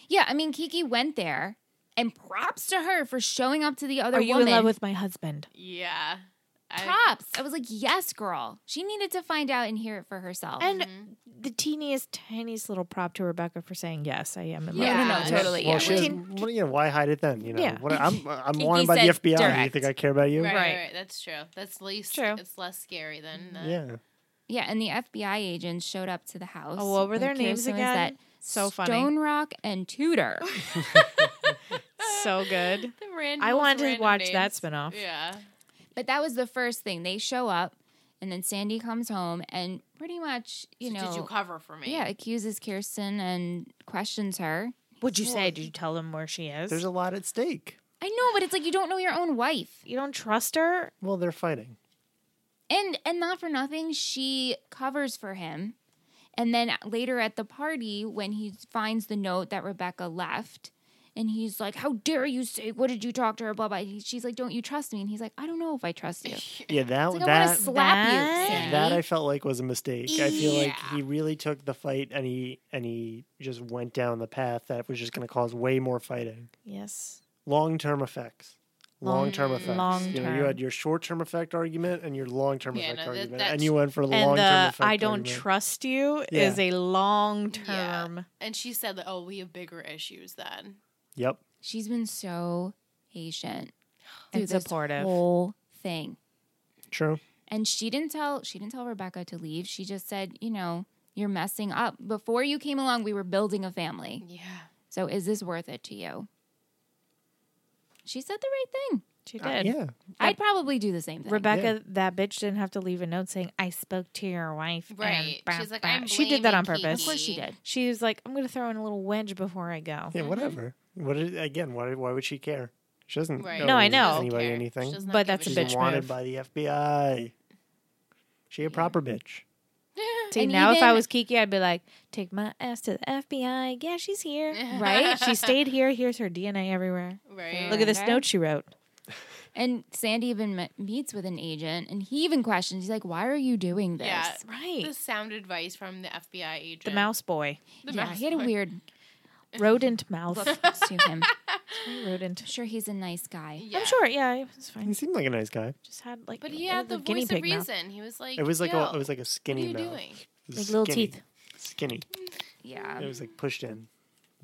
S5: yeah, I mean Kiki went there, and props to her for showing up to the other
S1: are you
S5: woman.
S1: in love with my husband?
S4: Yeah. I,
S5: props? I was like, yes, girl. She needed to find out and hear it for herself.
S1: And
S4: Mm-hmm.
S1: the teeniest, tiniest little prop to Rebecca for saying, yes, I am in love.
S5: Yeah,
S1: with
S5: no,
S1: my
S5: no, totally.
S6: Well,
S5: yeah.
S6: she has,
S1: Routine.
S6: what, you know, why hide it then? You know,
S1: Yeah.
S6: what, I'm I'm
S5: Kiki
S6: wanted by the
S5: said
S6: FBI. You
S5: direct.
S6: think I care about you?
S4: Right,
S1: Right.
S4: right, That's true. That's least.
S1: True. Mm-hmm.
S4: It's less scary than. Uh,
S6: Yeah.
S5: Yeah, and the FBI agents showed up to the house.
S1: Oh, what were
S5: And
S1: their
S5: here's
S1: names
S5: someone's
S1: again?
S5: That
S1: So funny.
S5: Stone Rock and Tudor.
S1: So good.
S4: The random.
S1: I wanted to
S4: random
S1: watch
S4: names.
S1: that spinoff.
S4: Yeah.
S5: but that was the first thing. They show up, and then Sandy comes home and pretty much, you
S4: So
S5: know,
S4: did you cover for me?
S5: yeah, accuses Kirsten and questions her.
S1: What'd you say? Did you tell them where she is?
S6: There's a lot at stake.
S5: I know, but it's like you don't know your own wife,
S1: you don't trust her?
S6: Well, they're fighting.
S5: and and not for nothing, she covers for him. And then later at the party, when he finds the note that Rebecca left, and he's like, "How dare you say? What did you talk to her?" Blah blah. And She's like, "Don't you trust me?" And he's like, "I don't know if I trust you."
S6: Yeah, that
S5: It's like I want
S6: that
S5: to slap
S1: that-
S5: you. Sandy.
S6: that I felt like was a mistake. I feel like
S5: Yeah.
S6: he really took the fight and he and he just went down the path that was just going to cause way more fighting.
S1: Yes.
S6: Long term effects. Long term effects. You, know, you
S1: long-term.
S6: had your short term effect argument and your long term
S4: Yeah,
S6: effect
S4: no, that-
S6: argument,
S4: that's-
S6: and you went for the
S1: And
S6: long term
S1: the
S6: effect.
S1: I don't
S6: argument.
S1: trust you
S6: Yeah.
S1: is a long
S4: Yeah.
S1: term.
S4: And she said that. Oh, we have bigger issues then.
S6: Yep.
S5: She's been so
S1: And
S5: patient through this
S1: supportive.
S5: whole thing.
S6: True.
S5: And she didn't tell she didn't tell Rebecca to leave. She just said, you know, you're messing up. Before you came along, we were building a family.
S4: Yeah.
S5: So is this worth it to you? She said the right thing.
S1: She did.
S6: Uh, yeah.
S5: I'd probably do the same thing.
S1: Rebecca, that bitch didn't have to leave a note saying, I spoke to your wife. and
S4: Right.
S1: blah,
S4: She's like,
S1: blah."
S4: "I'm
S1: she did that on
S4: blaming
S1: purpose.
S4: Kiki."
S5: Of course she did.
S1: She was like, I'm going to throw in a little wedge before I go.
S4: Mm-hmm.
S6: Yeah, whatever. What is, again? Why? Why would she care? She doesn't.
S4: Right.
S6: Know
S1: No, I know.
S4: Doesn't
S6: anybody
S4: care.
S6: anything.
S4: She does not
S1: But
S4: give
S1: that's
S4: a
S1: a
S6: She's
S1: bitch
S6: wanted
S1: move.
S6: by the FBI. She a proper bitch.
S1: See,
S5: And
S1: now if I
S5: even-
S1: was Kiki, I'd be like, take my ass to the FBI. Yeah, she's here.
S5: Right?
S1: she stayed here. Here's her DNA everywhere.
S4: Right.
S1: Look at this
S5: Okay.
S1: note she wrote.
S5: And Sandy even met, meets with an agent, and he even questions. He's like, "Why are you doing this?"
S4: Yeah,
S1: Right.
S4: The sound advice from the FBI agent.
S1: The mouse boy.
S4: The
S5: yeah,
S4: mouse
S5: he had a
S4: boy.
S5: weird
S1: Rodent mouth.
S5: look to him. I'm
S1: Rodent.
S5: sure he's a nice guy.
S4: Yeah.
S1: I'm sure. Yeah, it's
S6: He
S1: fine.
S6: seemed like a nice guy.
S1: Just had like.
S4: But he
S1: it
S4: had
S1: was a
S4: the voice of
S1: mouth.
S4: reason. He was like,
S6: It was like
S4: Yo,
S6: a it was like a
S4: what are
S6: skinny
S4: you
S6: mouth.
S4: doing?
S6: It was
S1: Like little
S6: skinny.
S1: teeth.
S6: Skinny.
S5: Yeah,
S6: It was like pushed in.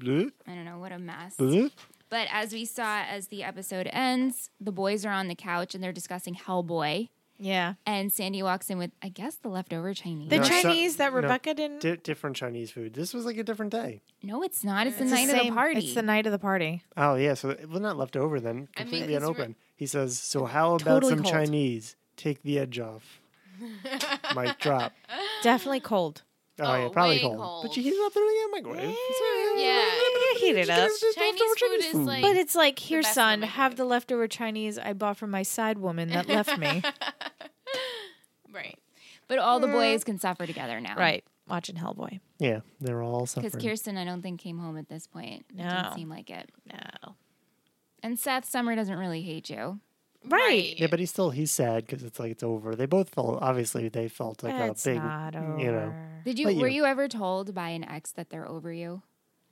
S6: Bloop,
S5: I don't know what a mess.
S6: bloop.
S5: But as we saw as the episode ends, the boys are on the couch and they're discussing Hellboy.
S1: Yeah.
S5: And Sandy walks in with, I guess, the leftover Chinese.
S1: The
S6: No, so-
S1: Chinese that
S6: no.
S1: Rebecca didn't.
S6: Di- different Chinese food. This was like a different day.
S5: no, it's not. It's the
S1: It's
S5: night of the
S1: same-
S5: party.
S1: It's the night of the party.
S6: Oh yeah, so it was not left over
S4: I
S6: then,
S4: mean,
S6: completely
S4: 'cause we're-
S6: unopened. He says, "So how about
S1: Totally
S6: some
S1: cold.
S6: Chinese? Take the edge off." Mic drop.
S1: Definitely cold.
S6: Oh,
S4: Oh,
S6: yeah, probably
S4: way
S6: cold.
S4: cold.
S6: But you heat it up there in the microwave.
S4: Yeah.
S1: Yeah, heat it up.
S4: Chinese food is like.
S1: But it's like, here,
S4: best
S1: son,
S4: stomach
S1: have
S4: ache.
S1: the leftover Chinese I bought from my side woman that left me.
S4: right.
S5: But all the boys can suffer together now.
S1: Mm-hmm. right. Watching Hellboy.
S6: Yeah, they're all suffering.
S5: Because Kirsten, I don't think, came home at this point. It
S1: No.
S5: didn't seem like it.
S1: No.
S5: And Seth, Summer doesn't really hate you.
S1: Right.
S6: Yeah, but he's still he's sad because it's like it's over. They both felt obviously they felt like
S1: That's
S6: a big
S1: not over.
S6: you know
S5: Did you,
S6: But, you
S5: were
S6: know.
S5: you ever told by an ex that they're over you?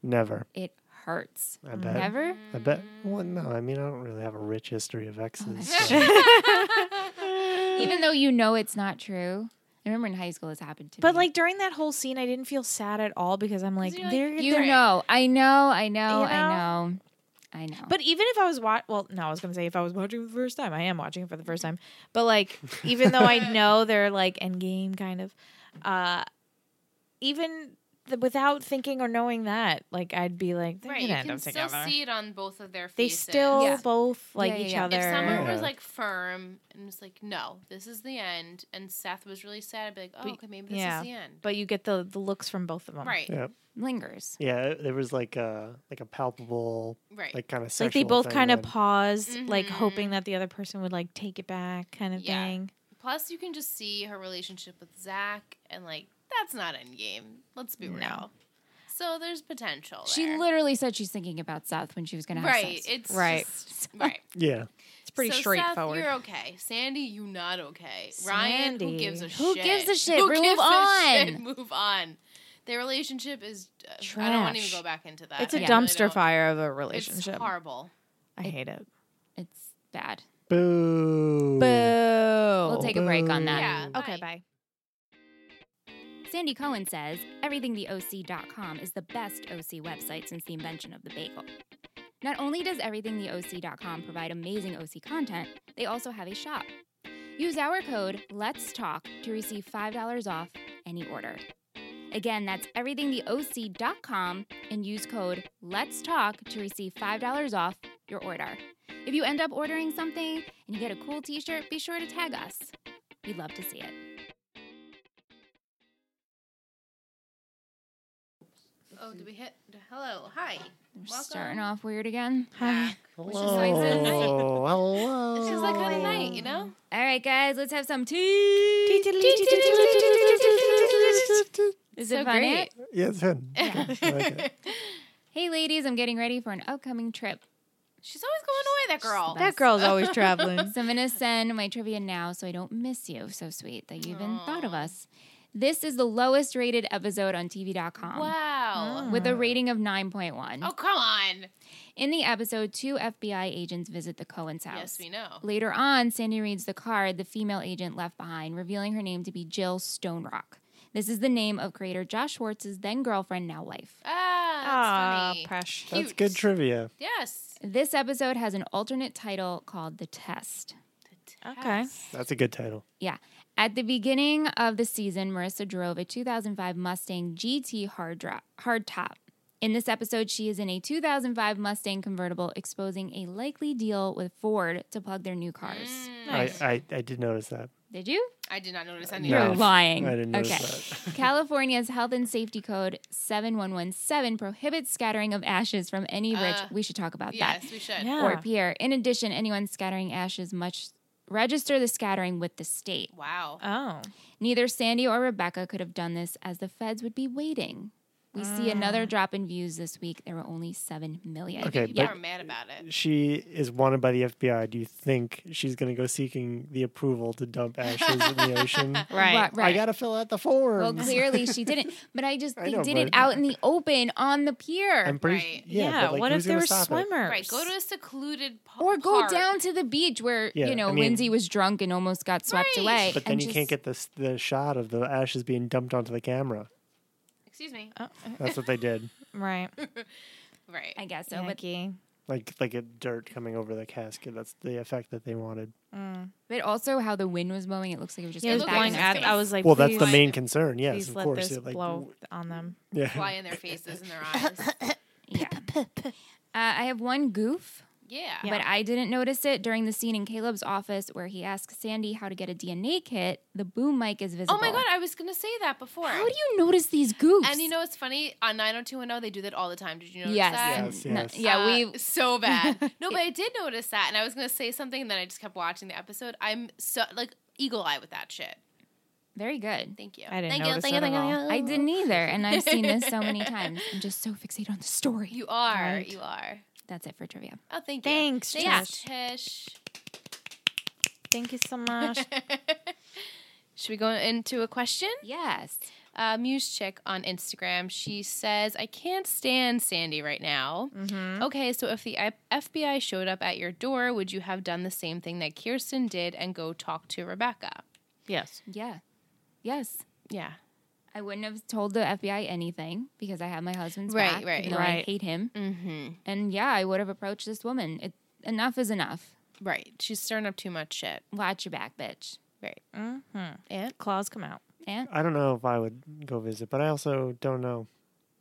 S6: never.
S5: It hurts.
S6: I bet.
S4: Mm-hmm.
S5: Never?
S6: I bet. Well, no, I mean I don't really have a rich history of exes. so-
S1: Mm.
S5: Even though you know it's not true. I remember in high school this happened to me.
S1: But like during that whole scene, I didn't feel sad at all because I'm like,
S4: you're like,
S1: they're
S5: You
S1: they're-
S5: know, I know, I know,
S1: You
S5: I know, I know.
S1: But even if I was watch, well, no, I was gonna say if I was watching for the first time, I am watching it for the first time. But like, even though I know they're like end game kind of, uh, even the, without thinking or knowing that, like I'd be like, they're
S4: Right. You
S1: gonna end
S4: can
S1: up
S4: still
S1: together.
S4: see it on both of their
S1: they
S4: faces.
S1: still
S5: Yeah.
S1: both like
S5: Yeah, yeah,
S1: each
S5: yeah. If
S1: other.
S4: If Summer
S6: Yeah.
S4: was like firm and was like, "No, this is the end," and Seth was really sad, I'd be like, "Oh,
S1: But-
S4: okay, maybe this
S1: yeah.
S4: is the end."
S1: but you get the the looks from both of them,
S4: right,
S6: yeah,
S5: lingers.
S6: yeah. There was like a like a palpable
S4: right.
S6: like kind of
S1: Like they both kind of paused, like
S4: Mhm.
S1: hoping that the other person would like take it back, kind of
S4: Yeah.
S1: thing.
S4: Plus, you can just see her relationship with Zach, and like, that's not endgame. Let's be
S1: No.
S4: real. So there's potential.
S5: She
S4: there.
S5: literally said she's thinking about Seth when she was going to have
S4: right.
S5: sex.
S4: It's
S1: Right.
S4: just- right.
S6: yeah.
S1: It's pretty
S4: So, Seth,
S1: straightforward.
S4: you're okay. Sandy, you not okay. Ryan, who gives a
S1: Sandy.
S5: Who
S4: shit?
S5: gives a shit?
S4: Who
S5: Move
S4: gives a shit?
S5: on.
S4: Move on. Their relationship is. uh, I don't want to even
S1: Trash.
S4: go back into that.
S1: it's
S4: I
S1: a
S4: really
S1: dumpster
S4: don't.
S1: fire of a
S4: It's
S1: relationship.
S4: horrible.
S1: I hate it.
S5: It's bad.
S6: Boo.
S1: Boo.
S5: We'll take a break on that.
S4: Yeah.
S1: Okay, bye.
S5: Sandy Cohen says everythingtheoc.com is the best OC website since the invention of the bagel. Not only does everythingtheoc.com provide amazing OC content, they also have a shop. Use our code Let's Talk to receive $5 off any order. Again, that's everythingtheoc.com and use code Let's Talk to receive $5 off your order. If you end up ordering something and you get a cool t shirt, be sure to tag us. We'd love to see it.
S4: Oh, did we hit? Hello, hi.
S5: We're
S4: Welcome.
S5: starting off weird again.
S1: Hi.
S4: Which is like the night.
S6: Hello. Hello.
S4: Which is like kind of night, you know.
S5: All right, guys, let's have some tea. Is it
S4: So
S5: fun?
S4: great.
S5: eh?
S6: Yeah, it's him. I like it.
S5: Hey, ladies, I'm getting ready for an upcoming trip.
S4: She's always going away, that girl.
S1: That girl's always traveling.
S5: So I'm going to send my trivia now so I don't miss you. So sweet that you even thought of us. This is the lowest rated episode on TV.com.
S4: Wow.
S5: With a rating of 9.1.
S4: Oh, come on.
S5: In the episode, two FBI agents visit the Cohen's house.
S4: Yes, we know.
S5: Later on, Sandy reads the card the female agent left behind, revealing her name to be Jill Stone Rock. This is the name of creator Josh Schwartz's then girlfriend, now wife.
S4: Ah,
S1: Ah,
S4: that's funny.
S1: Presh.
S6: That's
S4: Cute.
S6: good trivia.
S4: Yes.
S5: This episode has an alternate title called The Test.
S1: Okay.
S6: That's a good title.
S5: Yeah. At the beginning of the season, Marissa drove a 2005 Mustang GT hard dro- hardtop. In this episode, she is in a 2005 Mustang convertible, exposing a likely deal with Ford to plug their new cars.
S6: I, I, I did notice that.
S5: Did you?
S4: I did not notice any
S6: No.
S4: of
S5: You're lying.
S6: I didn't notice
S5: okay. California's Health and Safety Code 7117 prohibits scattering of ashes from any rich.
S4: Uh,
S5: we should talk about that.
S4: Yes, we should.
S1: Yeah.
S5: or Pierre. In addition, anyone scattering ashes must register the scattering with the state.
S4: Wow.
S1: Oh.
S5: Neither Sandy or Rebecca could have done this as the feds would be waiting. We
S6: Mm.
S5: see another drop in views this week. There were only 7 million.
S6: Okay,
S4: People
S6: but-
S4: are mad about it.
S6: She is wanted by the FBI. Do you think she's going to go seeking the approval to dump ashes in the ocean?
S1: Right.
S5: Right, right.
S6: I got to fill out the form.
S5: Well, clearly she didn't. But I just
S6: I
S5: they
S6: know,
S5: did it
S6: but-
S5: out in the open on the pier.
S6: I'm pretty.
S4: Right.
S6: Yeah.
S1: Yeah,
S6: but, like,
S1: what
S6: who's
S1: if they
S6: gonna
S1: were
S6: stop it?
S1: swimmers?
S4: Right, go to a secluded po-
S5: or go
S4: park.
S5: down to the beach where
S6: Yeah,
S5: you know
S6: I mean-
S5: Lindsay was drunk and almost got swept
S4: Right.
S5: away.
S6: But then
S5: and
S6: you
S5: just-
S6: can't get the s- the shot of the ashes being dumped onto the camera.
S4: Excuse me.
S1: Oh,
S6: That's what they did.
S1: right.
S4: Right.
S5: I guess so. But
S1: Yankee.
S6: Like like a dirt coming over the casket. That's the effect that they wanted.
S5: but also how the wind was blowing. It looks like it was just
S1: Yeah, it was
S5: going back
S1: blowing
S5: in
S1: at.
S5: their
S1: I
S5: face.
S1: was like,
S6: well, that's the
S1: please-
S6: main concern. Yes,
S1: Please
S6: of
S1: let
S6: course.
S1: this
S6: it, like,
S1: blow on them.
S6: Yeah.
S4: Fly in their faces and their eyes.
S5: Yeah. uh, I have one goof.
S4: Yeah.
S5: But I didn't notice it during the scene in Caleb's office where he asks Sandy how to get a DNA kit. The boom mic is visible.
S4: Oh my god, I was gonna say that before.
S5: How do you notice these goofs?
S4: and you know what's funny? On 90210, they do that all the time. Did you notice
S5: yes.
S4: that?
S6: Yes,
S5: No-
S6: yes.
S5: yeah,
S4: Uh,
S5: we
S4: so bad. No, but I did notice that, and I was gonna say something, and then I just kept watching the episode. I'm so like eagle eye with that shit.
S5: very good.
S4: Thank you.
S1: I didn't
S4: thank you.
S1: notice
S4: Thank
S1: it
S4: you.
S1: at
S4: Thank you.
S1: all.
S5: I didn't either, and I've seen this so many times. I'm just so fixated on the story.
S4: You are.
S1: Right.
S4: You are.
S5: That's it for trivia.
S4: Oh, thank you.
S1: Thanks,
S4: Thanks, Tish.
S1: Thank you so much.
S4: Should we go into a question?
S5: Yes.
S4: uh, Muse Chick on Instagram. She says, I can't stand Sandy right now. Okay, so if the I- FBI showed up at your door, would you have done the same thing that Kirsten did and go talk to Rebecca?
S1: yes.
S5: Yeah. Yes.
S4: Yeah.
S5: I wouldn't have told the FBI anything because I had my husband's
S4: Right,
S5: back,
S4: right, Mm.
S5: even though I
S1: right.
S5: hate him. Mm-hmm. And yeah, I would have approached this woman. It, enough is enough.
S4: Right. She's stirring up too much shit.
S5: Watch your back, bitch.
S4: Right.
S1: Claws come out.
S5: Eh?
S6: I don't know if I would go visit, but I also don't know.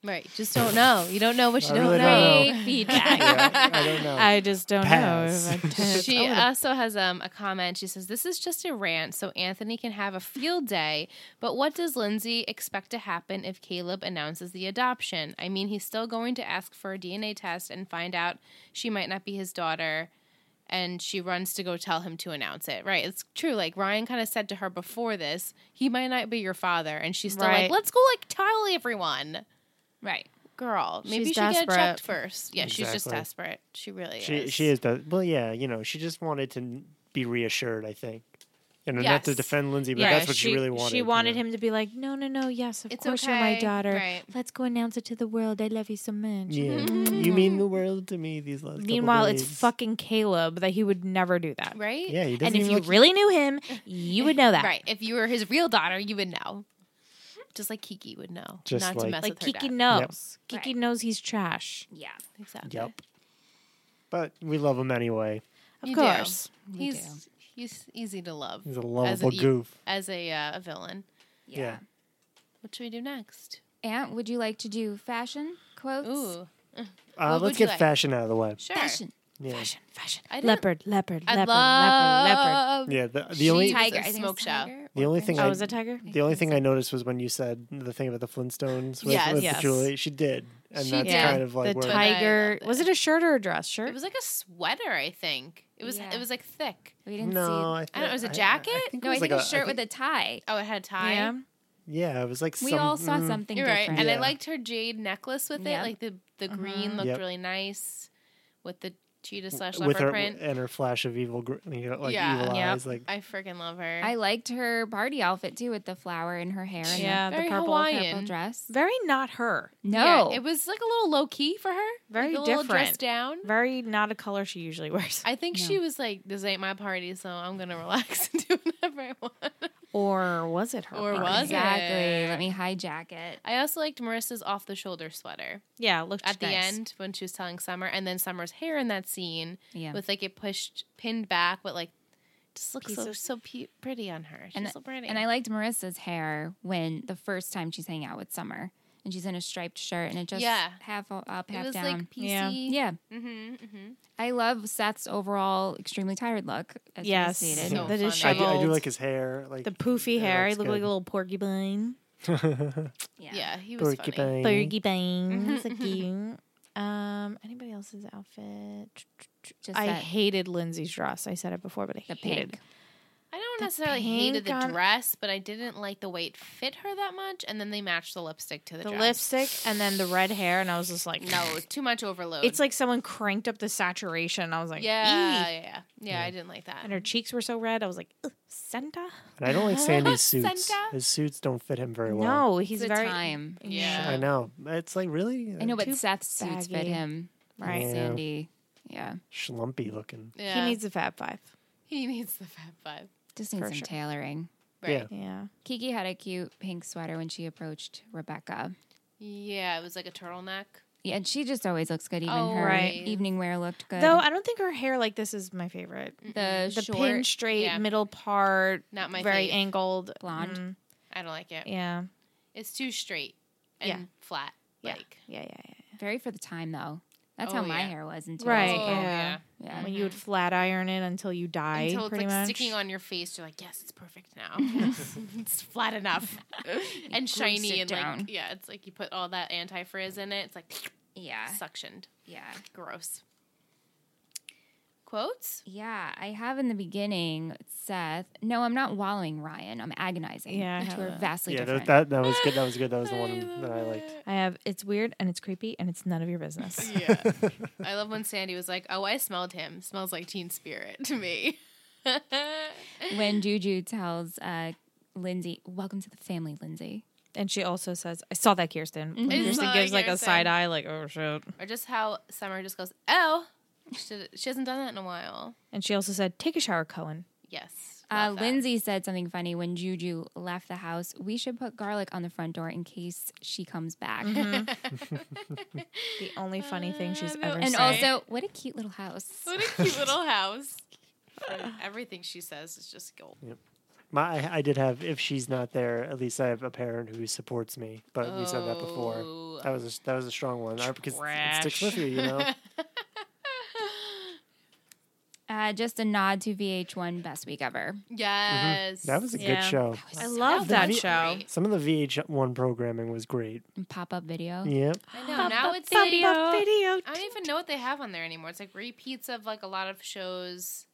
S4: Right. Just don't know. You don't know what you
S6: I
S4: don't
S6: really
S4: know.
S6: don't
S5: Great feedback.
S6: Oh. Yeah, I don't know.
S1: I just don't
S6: Pass.
S1: know. If I
S4: She also has um, a comment. She says, This is just a rant, so Anthony can have a field day. But what does Lindsay expect to happen if Caleb announces the adoption? I mean, he's still going to ask for a DNA test and find out she might not be his daughter. And she runs to go tell him to announce it. Right. It's true. Like Ryan kind of said to her before this, he might not be your father. And she's still like,
S1: Right.
S4: let's go like tell everyone.
S5: Right.
S4: Girl, maybe
S1: She's
S4: she get it checked
S1: desperate.
S4: first. Yeah, she's just
S6: Exactly.
S4: desperate. She really
S6: she
S4: is.
S6: she is the well, yeah. You know, she just wanted to n- be reassured. I think, you know, not to
S4: Yes.
S6: defend Lindsay, but
S1: Yeah,
S6: that's what she, really wanted.
S1: She wanted him to be like, no, no, no, yes, of
S4: It's
S1: course you're my
S4: okay."
S1: daughter.
S4: Right.
S1: Let's go announce it to the world. I love you so much.
S6: Yeah, you mean the world to me these last. couple
S1: Meanwhile, it's
S6: days.
S1: fucking Caleb that he would never do that.
S4: Right?
S6: Yeah, he doesn't
S1: And if
S6: even
S1: you
S6: look-
S1: really knew him, you would know that.
S4: Right. If you were his real daughter, you would know. Just like Kiki would know.
S6: Just
S4: not to
S6: like-
S4: mess
S1: Like
S4: with her
S1: Kiki
S4: dad.
S1: knows. Kiki
S5: Right.
S1: knows he's trash.
S5: Yeah.
S4: Exactly.
S6: Yep. But we love him anyway.
S1: Of
S4: You do.
S1: course.
S5: We
S4: He's he's easy to love.
S6: He's a
S4: as an
S6: lovable
S4: e-
S6: goof.
S4: As a uh, a villain.
S6: Yeah.
S4: What should we do next?
S5: Aunt, would you like to do fashion quotes?
S4: Ooh.
S6: Uh,
S4: What would
S6: let's
S4: you
S6: get
S4: like?
S6: fashion out of the way.
S4: Sure.
S5: Fashion.
S6: Yeah,
S1: Fashion, fashion.
S4: I didn't-
S1: Leopard, leopard,
S4: I
S1: leopard, leopard, leopard.
S4: love
S6: yeah. The, the
S4: She
S6: only
S4: types-
S5: Tiger.
S4: a
S5: I think
S4: smoke
S5: it's
S4: show.
S5: tiger.
S6: The only thing
S1: Oh,
S6: I-
S1: was it tiger?
S6: the only thing I noticed was when you said the thing about the Flintstones with,
S4: Yes.
S6: with
S1: Yes.
S6: the jewelry. She did, and
S4: She
S6: that's
S4: did.
S6: kind of like
S1: the
S6: where
S4: ti-
S1: tiger.
S4: I-
S1: Was it a shirt or a dress shirt?
S4: It was like a sweater, I think. It was
S5: Yeah.
S4: it was like thick.
S5: We didn't
S6: no,
S5: see.
S6: I,
S4: I don't know, it was a
S6: I-
S4: jacket?
S6: think it
S5: No, I
S6: was
S5: think
S6: like
S5: a shirt with a tie.
S4: Oh, it had a tie.
S1: yeah.
S6: Yeah, it was like
S5: We
S6: some-
S5: all saw
S6: mm,
S5: something
S4: You're right.
S5: different.
S4: And I
S6: Yeah.
S4: liked her jade necklace with
S5: Yep.
S4: it. Like the, the
S1: Mm-hmm.
S4: green looked
S6: Yep.
S4: really nice with the cheetah slash
S6: with
S4: leopard
S6: her
S4: print.
S6: and her flash of evil, gr- you know, like
S4: Yeah.
S6: evil
S1: Yep.
S6: eyes, like
S4: I freaking love her.
S5: I liked her party outfit too, with the flower in her hair and
S1: Yeah,
S5: the,
S1: the
S4: Very
S5: purple,
S4: Hawaiian.
S5: purple dress.
S1: Very not her.
S5: No,
S4: Yeah, it was like a little low key for her.
S1: Very
S4: like a little dressed
S1: different.
S4: down.
S1: Very not a color she usually wears.
S4: I think she was like, "This ain't my party, so I'm gonna relax and do whatever I want."
S1: Or was it her?
S4: Or
S1: party?
S4: was it?
S5: exactly. Let me hijack it.
S4: I also liked Marissa's off the shoulder sweater
S1: Yeah, it looked
S4: at the
S1: nice.
S4: end when she was telling Summer, and then Summer's hair in that scene
S5: Yeah.
S4: with like it pushed pinned back, but like just looks so
S1: Pieces.
S4: so pe- pretty on her. She's
S5: And,
S4: so pretty.
S5: and I liked Marissa's hair when the first time she's hanging out with Summer, and she's in a striped shirt, and it just
S4: Yeah.
S5: half up, half
S4: it was
S5: down.
S4: like PC.
S1: Yeah.
S5: yeah,
S4: Mm-hmm, mm-hmm.
S5: I love Seth's overall extremely tired look. As
S1: Yes.
S5: you stated.
S4: So
S1: the
S4: funny.
S6: I do, I do
S1: disheveled,
S6: like his hair, like
S1: the poofy
S6: Yeah,
S1: hair. He
S6: that's
S1: looked like a
S6: good.
S1: little porcupine.
S4: Yeah. he was funny.
S6: porcupine.
S1: Porcupine. so cute. Um, anybody else's outfit?
S5: Just
S1: I
S5: that-
S1: hated Lindsay's dress. I said it before, but I
S5: the
S1: hated.
S5: pink.
S4: I don't don't necessarily hated the
S1: pink on-
S4: dress, but I didn't like the way it fit her that much. And then they matched the lipstick to the,
S1: the
S4: dress.
S1: lipstick and then the red hair, and I was just like,
S4: No, too much overload.
S1: It's like E. someone cranked up the saturation. I was like,
S4: yeah, yeah,
S1: "Ee."
S4: yeah, yeah,
S6: Yeah.
S4: I didn't like that.
S1: And her cheeks were so red. I was like, Ugh, Santa?
S6: And I don't like Sandy's suits.
S4: Senka?
S6: His suits don't fit him very well.
S1: No,
S5: He's
S1: he's
S5: the
S1: very
S5: time.
S4: Yeah.
S6: I know. It's like really uh,
S5: I know, but
S1: Too
S5: Seth's suits fit
S1: baggy.
S5: him.
S1: right.
S6: Yeah.
S5: Sandy. Yeah.
S6: schlumpy looking.
S4: Yeah.
S1: He needs a Fab Five.
S4: he needs the fat five.
S5: Just need
S1: For
S5: some
S1: sure.
S5: tailoring.
S6: Yeah.
S4: Right.
S1: Yeah,
S5: Kiki had a cute pink sweater when she approached Rebecca.
S4: Yeah, it was like a turtleneck.
S5: Yeah, and she just always looks good. Even
S4: Oh,
S5: her
S1: right.
S5: evening wear looked good.
S1: though I don't think her hair like this is my favorite.
S5: the
S1: The
S5: short
S1: pin straight
S4: yeah.
S1: middle part,
S4: Not my
S1: very
S4: fave.
S1: angled
S5: Blonde.
S1: Mm,
S4: I don't like it.
S1: yeah.
S4: It's too straight and
S1: Yeah.
S4: flat.
S1: Yeah.
S4: Like,
S1: yeah, yeah, yeah,
S5: very for the time though. That's
S4: Oh,
S5: how my
S4: yeah.
S5: hair was in
S1: Right,
S5: 2004.
S4: oh,
S1: yeah.
S5: Yeah.
S1: When you would flat iron it until you die,
S4: Until it's
S1: pretty
S4: like
S1: much.
S4: sticking on your face, you're like, yes, it's perfect now. it's flat enough and shiny
S5: it
S4: and
S5: down.
S4: like, yeah, it's like you put all that anti frizz in it. It's like
S5: Yeah.
S4: suctioned.
S5: Yeah.
S4: Gross. Quotes?
S5: Yeah, I have in the beginning, Seth. No, I'm not wallowing, Ryan. I'm agonizing.
S1: Yeah, I
S5: Which
S1: have
S5: were
S1: that.
S5: vastly
S6: yeah,
S5: different.
S6: that, that that was good. That was good. That was the one that I liked.
S1: I have. It's weird and it's creepy and it's none of your business.
S4: Yeah. I love when Sandy was like, oh, I smelled him. Smells like teen spirit to me.
S5: when Juju tells uh, Lindsay, "Welcome to the family, Lindsay."
S1: And she also says, "I saw that Kirsten." When
S4: I saw
S1: Kirsten
S4: that
S1: gives like a
S4: Kirsten.
S1: side eye, like, "Oh shit."
S4: or just how Summer just goes, oh, she, she hasn't done that in a while.
S1: And she also said, "Take a shower, Cohen."
S4: Yes.
S5: Uh,
S4: love that.
S5: Lindsay said something funny when Juju left the house. We should put garlic on the front door in case she comes back.
S1: Mm-hmm. The only funny thing she's
S4: Uh,
S1: ever
S5: And
S1: said.
S4: Right.
S5: also, what a cute little house.
S4: What a cute little house. Everything she says is just gold.
S6: My I, I did have if she's not there, at least I have a parent who supports me. But we said that before.
S4: Oh.
S6: That was a, that was a strong one I- because it sticks with you, you know.
S5: Uh, just a nod to VH1 Best Week Ever.
S4: Yes.
S6: That was a
S1: Yeah.
S6: good show.
S1: I love "Oh, that
S6: great.
S1: show.
S6: Some of the VH1 programming was great.
S5: And Pop up video.
S6: Yep.
S4: I know. Now it's
S1: Bop,
S4: like,
S1: bop, video.
S4: I don't even know what they have on there anymore. It's like repeats of like a lot of shows.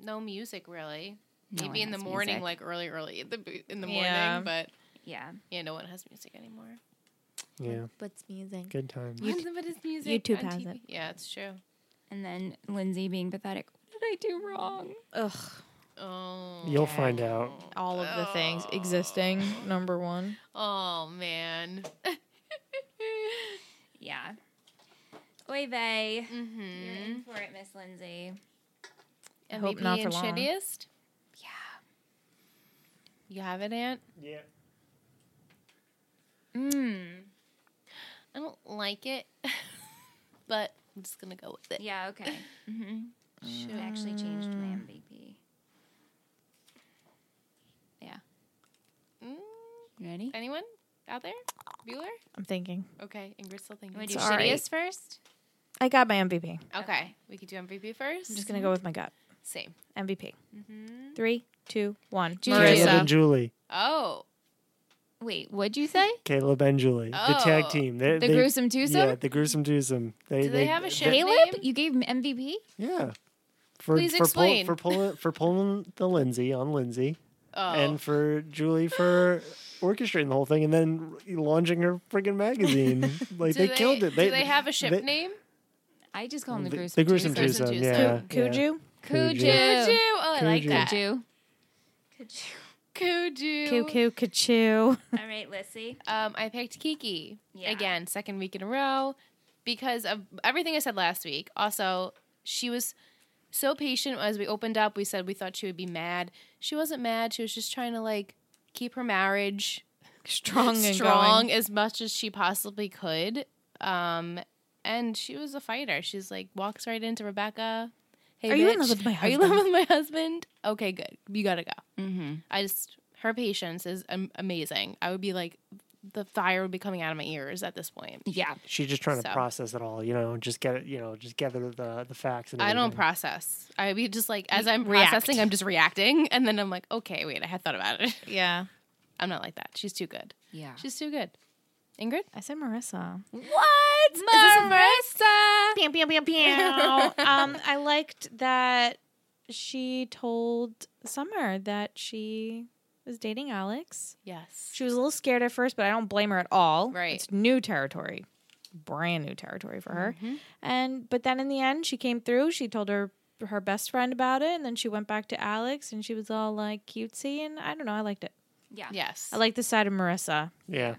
S4: No music really.
S5: No
S4: Maybe
S5: one
S4: in the
S5: has
S4: morning,
S5: music.
S4: like early, early in the bo- in the morning.
S1: Yeah.
S4: But
S5: Yeah.
S4: yeah, no one has music anymore.
S6: Yeah.
S1: What's music?
S6: Good time.
S4: Nobody's music
S1: YouTube
S4: on
S1: has
S4: TV.
S1: it.
S4: Yeah, it's true.
S5: And then Lindsay being pathetic. What did I do wrong?
S1: Ugh,
S4: Oh.
S6: You'll find out.
S1: all of the things existing. Number one.
S4: Oh man.
S5: Yeah. Oy vey. You're
S4: mm-hmm.
S5: in for it, Miss Lindsay.
S4: MVP
S1: hope not for
S4: and
S1: long.
S4: shittiest? Yeah. You have it, Aunt?
S6: Yeah.
S5: Mm.
S4: I don't like it, but I'm just going to go with it.
S5: Yeah, okay. hmm I actually changed my MVP. Yeah.
S4: Mm,
S5: Ready?
S4: anyone out there? Bueller?
S1: I'm thinking.
S4: Okay, Ingrid's still thinking.
S5: Wanna
S1: do all right. shittiest
S5: first?
S1: I got my MVP.
S4: Okay. we could do MVP first.
S1: I'm just
S6: Mm-hmm.
S1: gonna go with my gut.
S4: Same.
S1: MVP. Three, two, one.
S5: Julia.
S6: Caleb and
S1: Marissa.
S6: Julie.
S4: Oh,
S5: Wait, what'd you say?
S6: Caleb and Julie. The tag
S4: Oh.
S6: team. They,
S5: The
S6: they-
S5: gruesome twosome?
S6: Yeah, the gruesome twosome. They,
S4: do they, have a ship
S5: Caleb,
S4: name?
S5: you gave him MVP?
S6: Yeah. For,
S4: Please
S6: for pull-
S4: explain.
S6: for pulling for pulling the Lindsay on Lindsay,
S4: Oh.
S6: and for Julie for orchestrating the whole thing, and then launching her friggin' magazine. Like
S4: do
S6: they, killed it.
S4: do they have a ship
S6: they-
S4: name?
S5: I just call him the
S6: the,
S5: gruesome.
S6: the gruesome
S4: twosome.
S6: twosome.
S4: Gruesome
S6: Yeah, yeah.
S1: Kuju.
S5: Kuju.
S4: Kuju. Oh, I like
S6: Kuju.
S4: that.
S5: Kuju.
S4: Kuju.
S1: Kuku. Kachu.
S5: All right, let's see.
S4: Um, I picked Kiki
S5: Yeah.
S4: again, second week in a row, because of everything I said last week. Also, she was so patient as we opened up. We said we thought she would be mad. She wasn't mad. She was just trying to like keep her marriage
S1: Strong and
S4: strong
S1: going.
S4: as much as she possibly could. Um, and she was a fighter. She's like walks right into Rebecca. Hey,
S1: Are you in
S4: bitch,
S1: love with my
S4: Are you in love with my husband? Okay, good. You gotta go.
S5: Mm-hmm.
S4: I just her patience is am- amazing. I would be like the fire would be coming out of my ears at this point.
S5: Yeah.
S6: She's just trying
S4: So.
S6: to process it all, you know, and just get it, you know, just gather the the facts. And
S4: I don't
S6: everything.
S4: process. I be just like as I'm
S1: React.
S4: processing, I'm just reacting, and then I'm like, okay, wait, I had thought about it.
S1: Yeah.
S4: I'm not like that. She's too good.
S5: Yeah.
S4: She's too good. Ingrid,
S1: I said Marissa.
S5: What? Marissa!
S1: Bam, bam, bam, bam. um, I liked that she told Summer that she was dating Alex.
S4: Yes.
S1: She was a little scared at first, but I don't blame her at all.
S4: Right.
S1: It's new territory. Brand new territory for her.
S4: Mm-hmm.
S1: And but then in the end she came through, she told her her best friend about it, and then she went back to Alex and she was all like cutesy and I don't know, I liked it.
S5: Yeah.
S4: Yes.
S1: I like the side of Marissa.
S6: Yeah.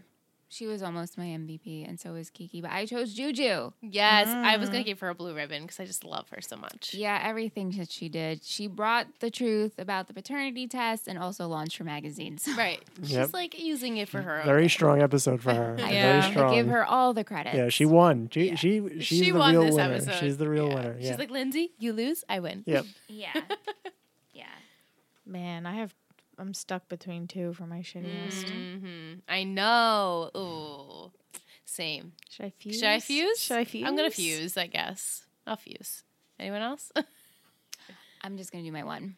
S5: She was almost my MVP, and so was Kiki, but I chose Juju.
S4: yes. I was
S1: Mm.
S4: gonna give her a blue ribbon because I just love her so much.
S5: Yeah, everything that she did. She brought the truth about the paternity test and also launched her magazines.
S4: Right. She's
S6: Yep. Mm,
S4: like using it for her. own
S6: Very strong episode for her.
S1: Yeah.
S6: Very
S5: I
S6: strong.
S5: give her all the credit.
S6: yeah, she won. She, she she's
S4: she
S6: the
S4: won
S6: real
S4: this
S6: winner.
S4: episode.
S6: She's the real
S4: Yeah.
S6: winner. Yeah.
S4: She's like Lindsay, you lose, I win.
S6: yep.
S5: Yeah. yeah.
S1: Man, I have I'm stuck between two for my shittiest.
S4: hmm I know. Ooh. Same.
S1: Should I fuse?
S4: Should I fuse?
S1: Should I fuse?
S4: I'm gonna fuse, I guess. I'll fuse. Anyone else?
S5: I'm just going to do my one.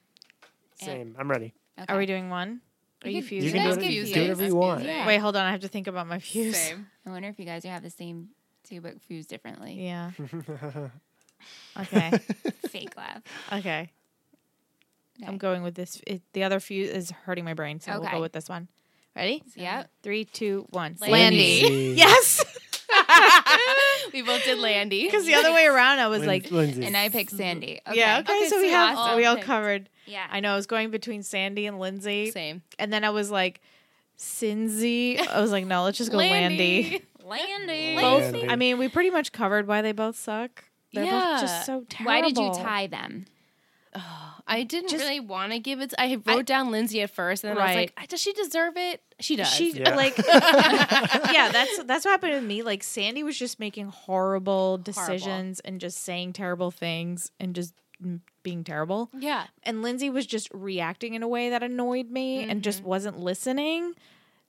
S6: Same. I'm ready.
S5: Okay.
S1: Are we doing one? Are you,
S5: can-
S1: fusing?
S6: You can
S4: Let's
S6: do,
S4: give
S6: it,
S4: you
S6: do
S4: it.
S6: whatever
S4: Let's
S6: you want.
S5: it.
S1: Wait, hold on. I have to think about my fuse.
S4: Same.
S5: I wonder if you guys have the same two, but fused differently.
S1: Yeah. okay.
S5: Fake laugh.
S1: Okay.
S5: Okay.
S1: I'm going with this. It, the other fuse is hurting my brain, so we'll
S5: Okay.
S1: go with this one. Ready?
S5: Yep.
S1: Three, two, one.
S4: Landy.
S6: Lindsay.
S1: Yes.
S4: we both did Landy.
S1: Because the other way around, I was
S6: Lin-
S1: like,
S6: Lindsay.
S5: And I picked Sandy.
S1: yeah, okay. so, we have
S5: awesome.
S1: we all
S4: picked.
S1: covered.
S5: Yeah.
S1: I know I was going between Sandy and Lindsay,
S4: Same.
S1: and then I was like, Sinzy. I was like, no, let's just go Landy.
S4: Landy.
S5: Landy.
S1: Both.
S6: Landy.
S1: I mean, we pretty much covered why they both suck. They're both
S4: Yeah.
S1: just so terrible.
S5: Why did you tie them?
S4: I didn't really want to give it. I wrote
S1: I-
S4: down Lindsay at first, and then I was
S1: Right.
S4: like, "Does she deserve it? She does."
S1: She
S6: Yeah.
S1: like yeah, that's that's what happened with me. Like Sandy was just making horrible decisions and just saying terrible things and just mm, being terrible.
S4: yeah.
S1: And Lindsay was just reacting in a way that annoyed me and just wasn't listening.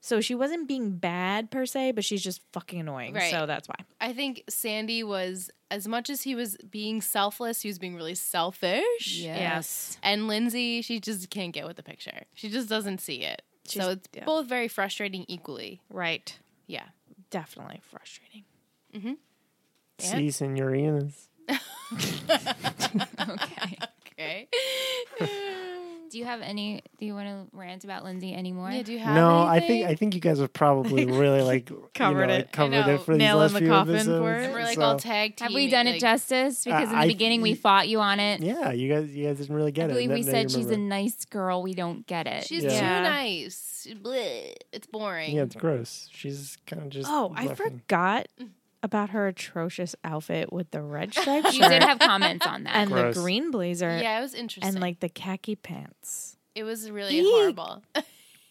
S1: So she wasn't being bad per se, but she's just fucking annoying.
S4: Right.
S1: So that's why.
S4: I think Sandy was as much as he was being selfless, he was being really selfish.
S1: Yes.
S4: And Lindsay, she just can't get with the picture. She just doesn't see it. so
S1: She's-
S4: it's
S1: yeah.
S4: both very frustrating equally.
S1: Right.
S4: Yeah.
S1: Definitely frustrating.
S6: See, senorinas.
S5: Okay.
S4: Okay.
S5: do you have any? Do you want to rant about Lindsay anymore?
S4: yeah, do you have
S6: No, I
S4: anything?
S6: think I think you guys have probably really like
S1: Covered
S6: you know,
S1: it.
S6: Like, covered
S4: know.
S6: it for these
S1: Nail in
S6: last
S1: the
S6: few
S1: coffin
S6: episodes.
S1: for it.
S4: And we're like
S6: so-
S4: all tag team.
S5: have we done it
S4: like-
S5: justice? Because in the
S6: I-
S5: beginning we fought you on it.
S6: yeah, you guys, you guys didn't really
S5: I
S6: get it.
S5: believe
S6: Now-
S5: we
S6: now you
S5: said she's a
S6: remember.
S5: nice girl. We don't get it.
S4: She's
S6: Yeah.
S1: Yeah.
S4: too nice. Blech. It's boring.
S6: Yeah, it's gross. She's kind of just.
S1: Oh, I
S6: bluffing.
S1: forgot about her atrocious outfit with the red striped
S5: you did
S1: shirt
S5: have comments on that.
S1: and
S6: Gross.
S1: the green blazer
S4: Yeah, it was interesting.
S1: and like the khaki pants.
S4: it was really
S1: Eek.
S4: horrible.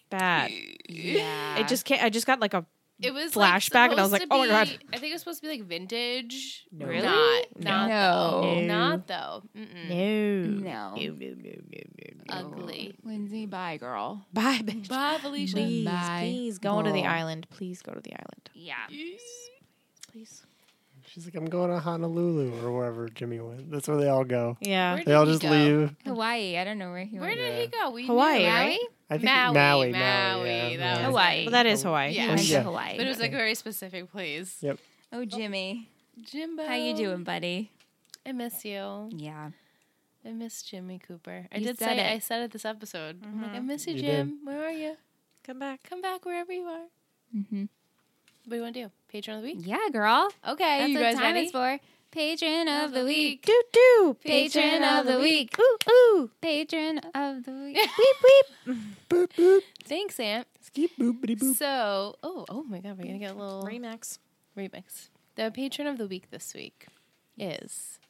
S1: bad.
S5: yeah.
S1: It just can't. I just got like a
S4: It was
S1: Flashback, and I was
S4: supposed
S1: like,
S4: to
S1: "Oh my God."
S4: be- I think it was supposed to be like vintage.
S1: Really?
S4: Not,
S1: No.
S4: not though.
S1: No.
S4: Not though. Mm-mm.
S1: Mm. no,
S5: no.
S4: Ugly.
S5: Lindsay, bye, girl.
S1: Bye, bitch.
S4: Bye, Felicia.
S1: Please,
S5: Bye.
S1: please go to the
S5: Girl.
S1: island. Please go to the island.
S5: Yeah.
S1: Please.
S6: She's like, I'm going to Honolulu or wherever Jimmy went. That's where they all go.
S1: Yeah.
S4: Where
S6: They all
S4: did he
S6: just
S4: go?
S6: leave.
S5: Hawaii. I don't know where he
S4: Where
S5: went.
S4: did he go? We
S1: Hawaii,
S4: knew,
S1: right?
S5: Maui?
S6: I think
S4: Maui, Maui,
S6: Maui, yeah,
S4: that
S6: yeah.
S4: was-
S5: Hawaii.
S1: Well, that is Hawaii.
S4: Yeah.
S5: I went
S6: Yeah.
S5: to Hawaii.
S4: But it was like a very specific place.
S6: Yep.
S5: oh, Jimmy.
S4: Jimbo,
S5: How you doing, buddy?
S4: I miss you.
S5: Yeah.
S4: I miss Jimmy Cooper. I
S5: You
S4: did
S5: said
S4: say
S5: it.
S4: I said it this episode. I'm like, I miss you,
S6: You did.
S4: Jim. Where are you?
S1: Come back.
S4: Come back wherever you are. Mm-hmm. What do you want to do? Patron of the week.
S5: Yeah, girl.
S4: Okay,
S5: That's
S4: you
S5: what
S4: guys
S5: time
S4: ready?
S5: is for. Patron of the week.
S1: Do do.
S5: Patron of the week.
S1: Ooh ooh.
S5: Patron of the week.
S1: Weep weep.
S6: Boop, boop,
S4: Thanks, Aunt.
S6: skip, boop, bitty, boop.
S4: So, oh, oh my God, we're gonna get a little
S1: Remix.
S4: remix. The patron of the week this week is.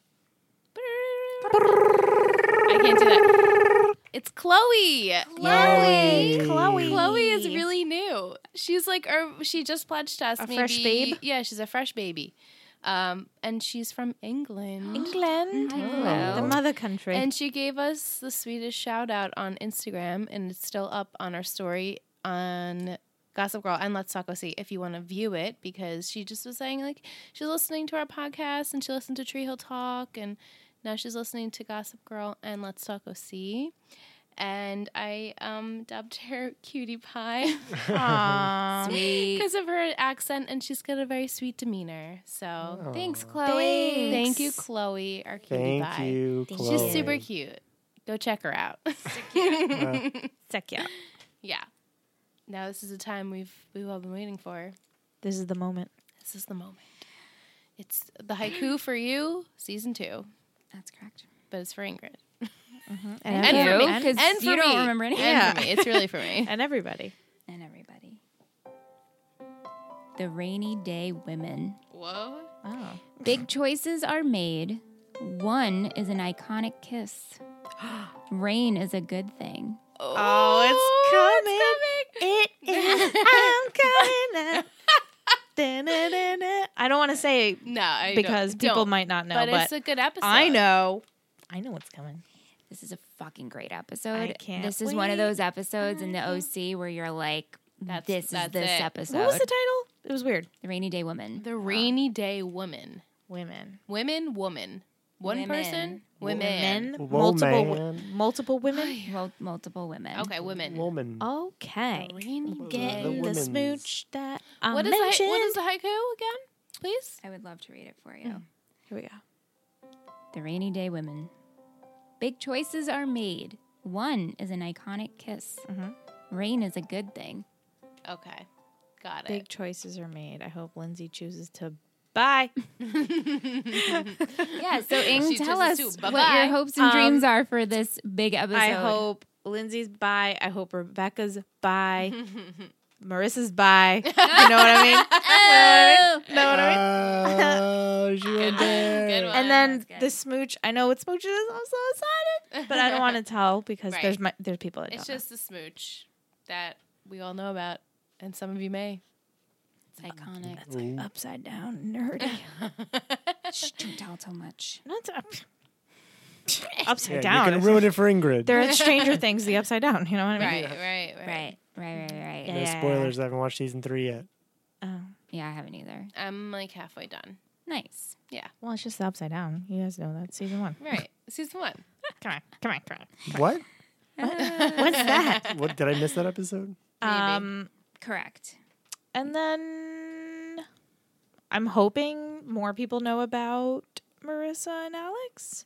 S4: I can't do that. It's Chloe.
S6: Chloe.
S1: Chloe.
S4: Chloe is really new. She's like, or she just pledged us.
S1: A
S4: maybe,
S1: fresh babe?
S4: Yeah, she's a fresh baby, um, and she's from England.
S1: England,
S5: Hello.
S1: Oh, the mother country.
S4: And she gave us the sweetest shout out on Instagram, and it's still up on our story on Gossip Girl and Let's Talk OC if you want to view it because she just was saying, like, she's listening to our podcast and she listened to Tree Hill Talk, and now she's listening to Gossip Girl and Let's Talk OC. And I um, dubbed her Cutie Pie
S5: Um,
S1: Aw.
S5: Sweet.
S4: because of her accent, and she's got a very sweet demeanor. So
S5: Thanks, Chloe.
S4: thank you, Chloe, our Cutie
S6: Thank
S4: Pie.
S6: you,
S5: Thank
S6: Chloe.
S5: you.
S4: She's super cute. Go check her out.
S6: Yeah.
S1: Sick, yeah.
S4: yeah. Now this is the time we've we've all been waiting for.
S1: This is the moment.
S4: This is the moment. It's the haiku for you, season two,
S5: That's correct.
S4: but it's for Ingrid.
S1: And,
S4: And for
S1: every-
S4: me.
S1: and-
S5: because
S4: And for
S5: you don't
S4: me.
S5: remember anything.
S4: And for me. It's really for me.
S1: and everybody.
S5: and everybody. The rainy day women.
S4: Whoa.
S1: Oh.
S5: Big choices are made. One is an iconic kiss. Rain is a good thing.
S1: Uh, Oh, it's coming. It is. I'm coming out. I don't want to say it
S4: No, I don't-
S1: because people
S4: don't.
S1: might not know,
S4: but,
S1: but,
S4: it's a good episode.
S1: I know. I know what's coming.
S5: This is a fucking great episode.
S1: I can't
S5: this is one of
S1: wait.
S5: those episodes in the OC where you're like,
S4: That's-
S5: this
S4: that's
S5: is this
S4: it.
S5: episode.
S1: What was the title? It was weird.
S5: the rainy day women.
S4: The rainy day woman.
S1: Women.
S4: Women, woman. One
S5: Women.
S4: person, women.
S1: Men.
S6: Woman.
S1: Multiple. wo- Multiple women.
S5: Mul- multiple women.
S4: Okay, women.
S6: Woman.
S1: Okay.
S4: Rainy
S6: The
S1: Getting
S4: day.
S1: the
S6: women's.
S1: smooch that I
S4: What is, the,
S1: mentioned.
S4: hai- what is the haiku again? Please?
S5: I would love to read it for you.
S1: Here we go.
S5: The rainy day women. Big choices are made. One is an iconic kiss.
S1: Mhm.
S5: Rain is a good thing.
S4: Okay. Got
S1: Big choices are made. I hope Lindsay chooses to buy.
S5: Yeah, so Ing,
S4: She
S5: tell us
S4: chooses to.
S5: what
S4: Bye-bye.
S5: your hopes and
S1: Um,
S5: dreams are for this big episode.
S1: I hope Lindsay's buy. I hope Rebecca's buy. Marissa's buy. You know what I mean? know what I mean?
S6: Oh, she went
S4: Good
S6: there.
S4: one.
S1: And then
S5: That's good.
S1: the smooch. I know what smooch it is. I'm so excited, but I don't want to tell because
S4: Right.
S1: there's my, there's people that
S4: It's
S1: don't. know.
S4: just the smooch that we all know about, and some of you may.
S5: It's iconic.
S1: It's like upside down nerdy.
S5: Shh, don't tell so much.
S1: Not up, upside
S6: Yeah,
S1: down.
S6: You're gonna
S1: is-
S6: ruin it for Ingrid.
S1: They're at Stranger Things, the upside down. You know what I mean?
S4: Right, right, right,
S5: Right, right, right, right.
S1: Yeah.
S5: Yeah,
S6: no spoilers. I haven't watched season three yet.
S5: I haven't either.
S4: I'm like halfway done.
S5: Nice.
S1: Well, it's just the upside down. You guys know that season one.
S4: Right, season one.
S1: Come on, come on, come on.
S6: What?
S1: What's that?
S6: What did I miss that episode?
S1: Um,
S5: Correct.
S1: and then I'm hoping more people know about Marissa and Alex.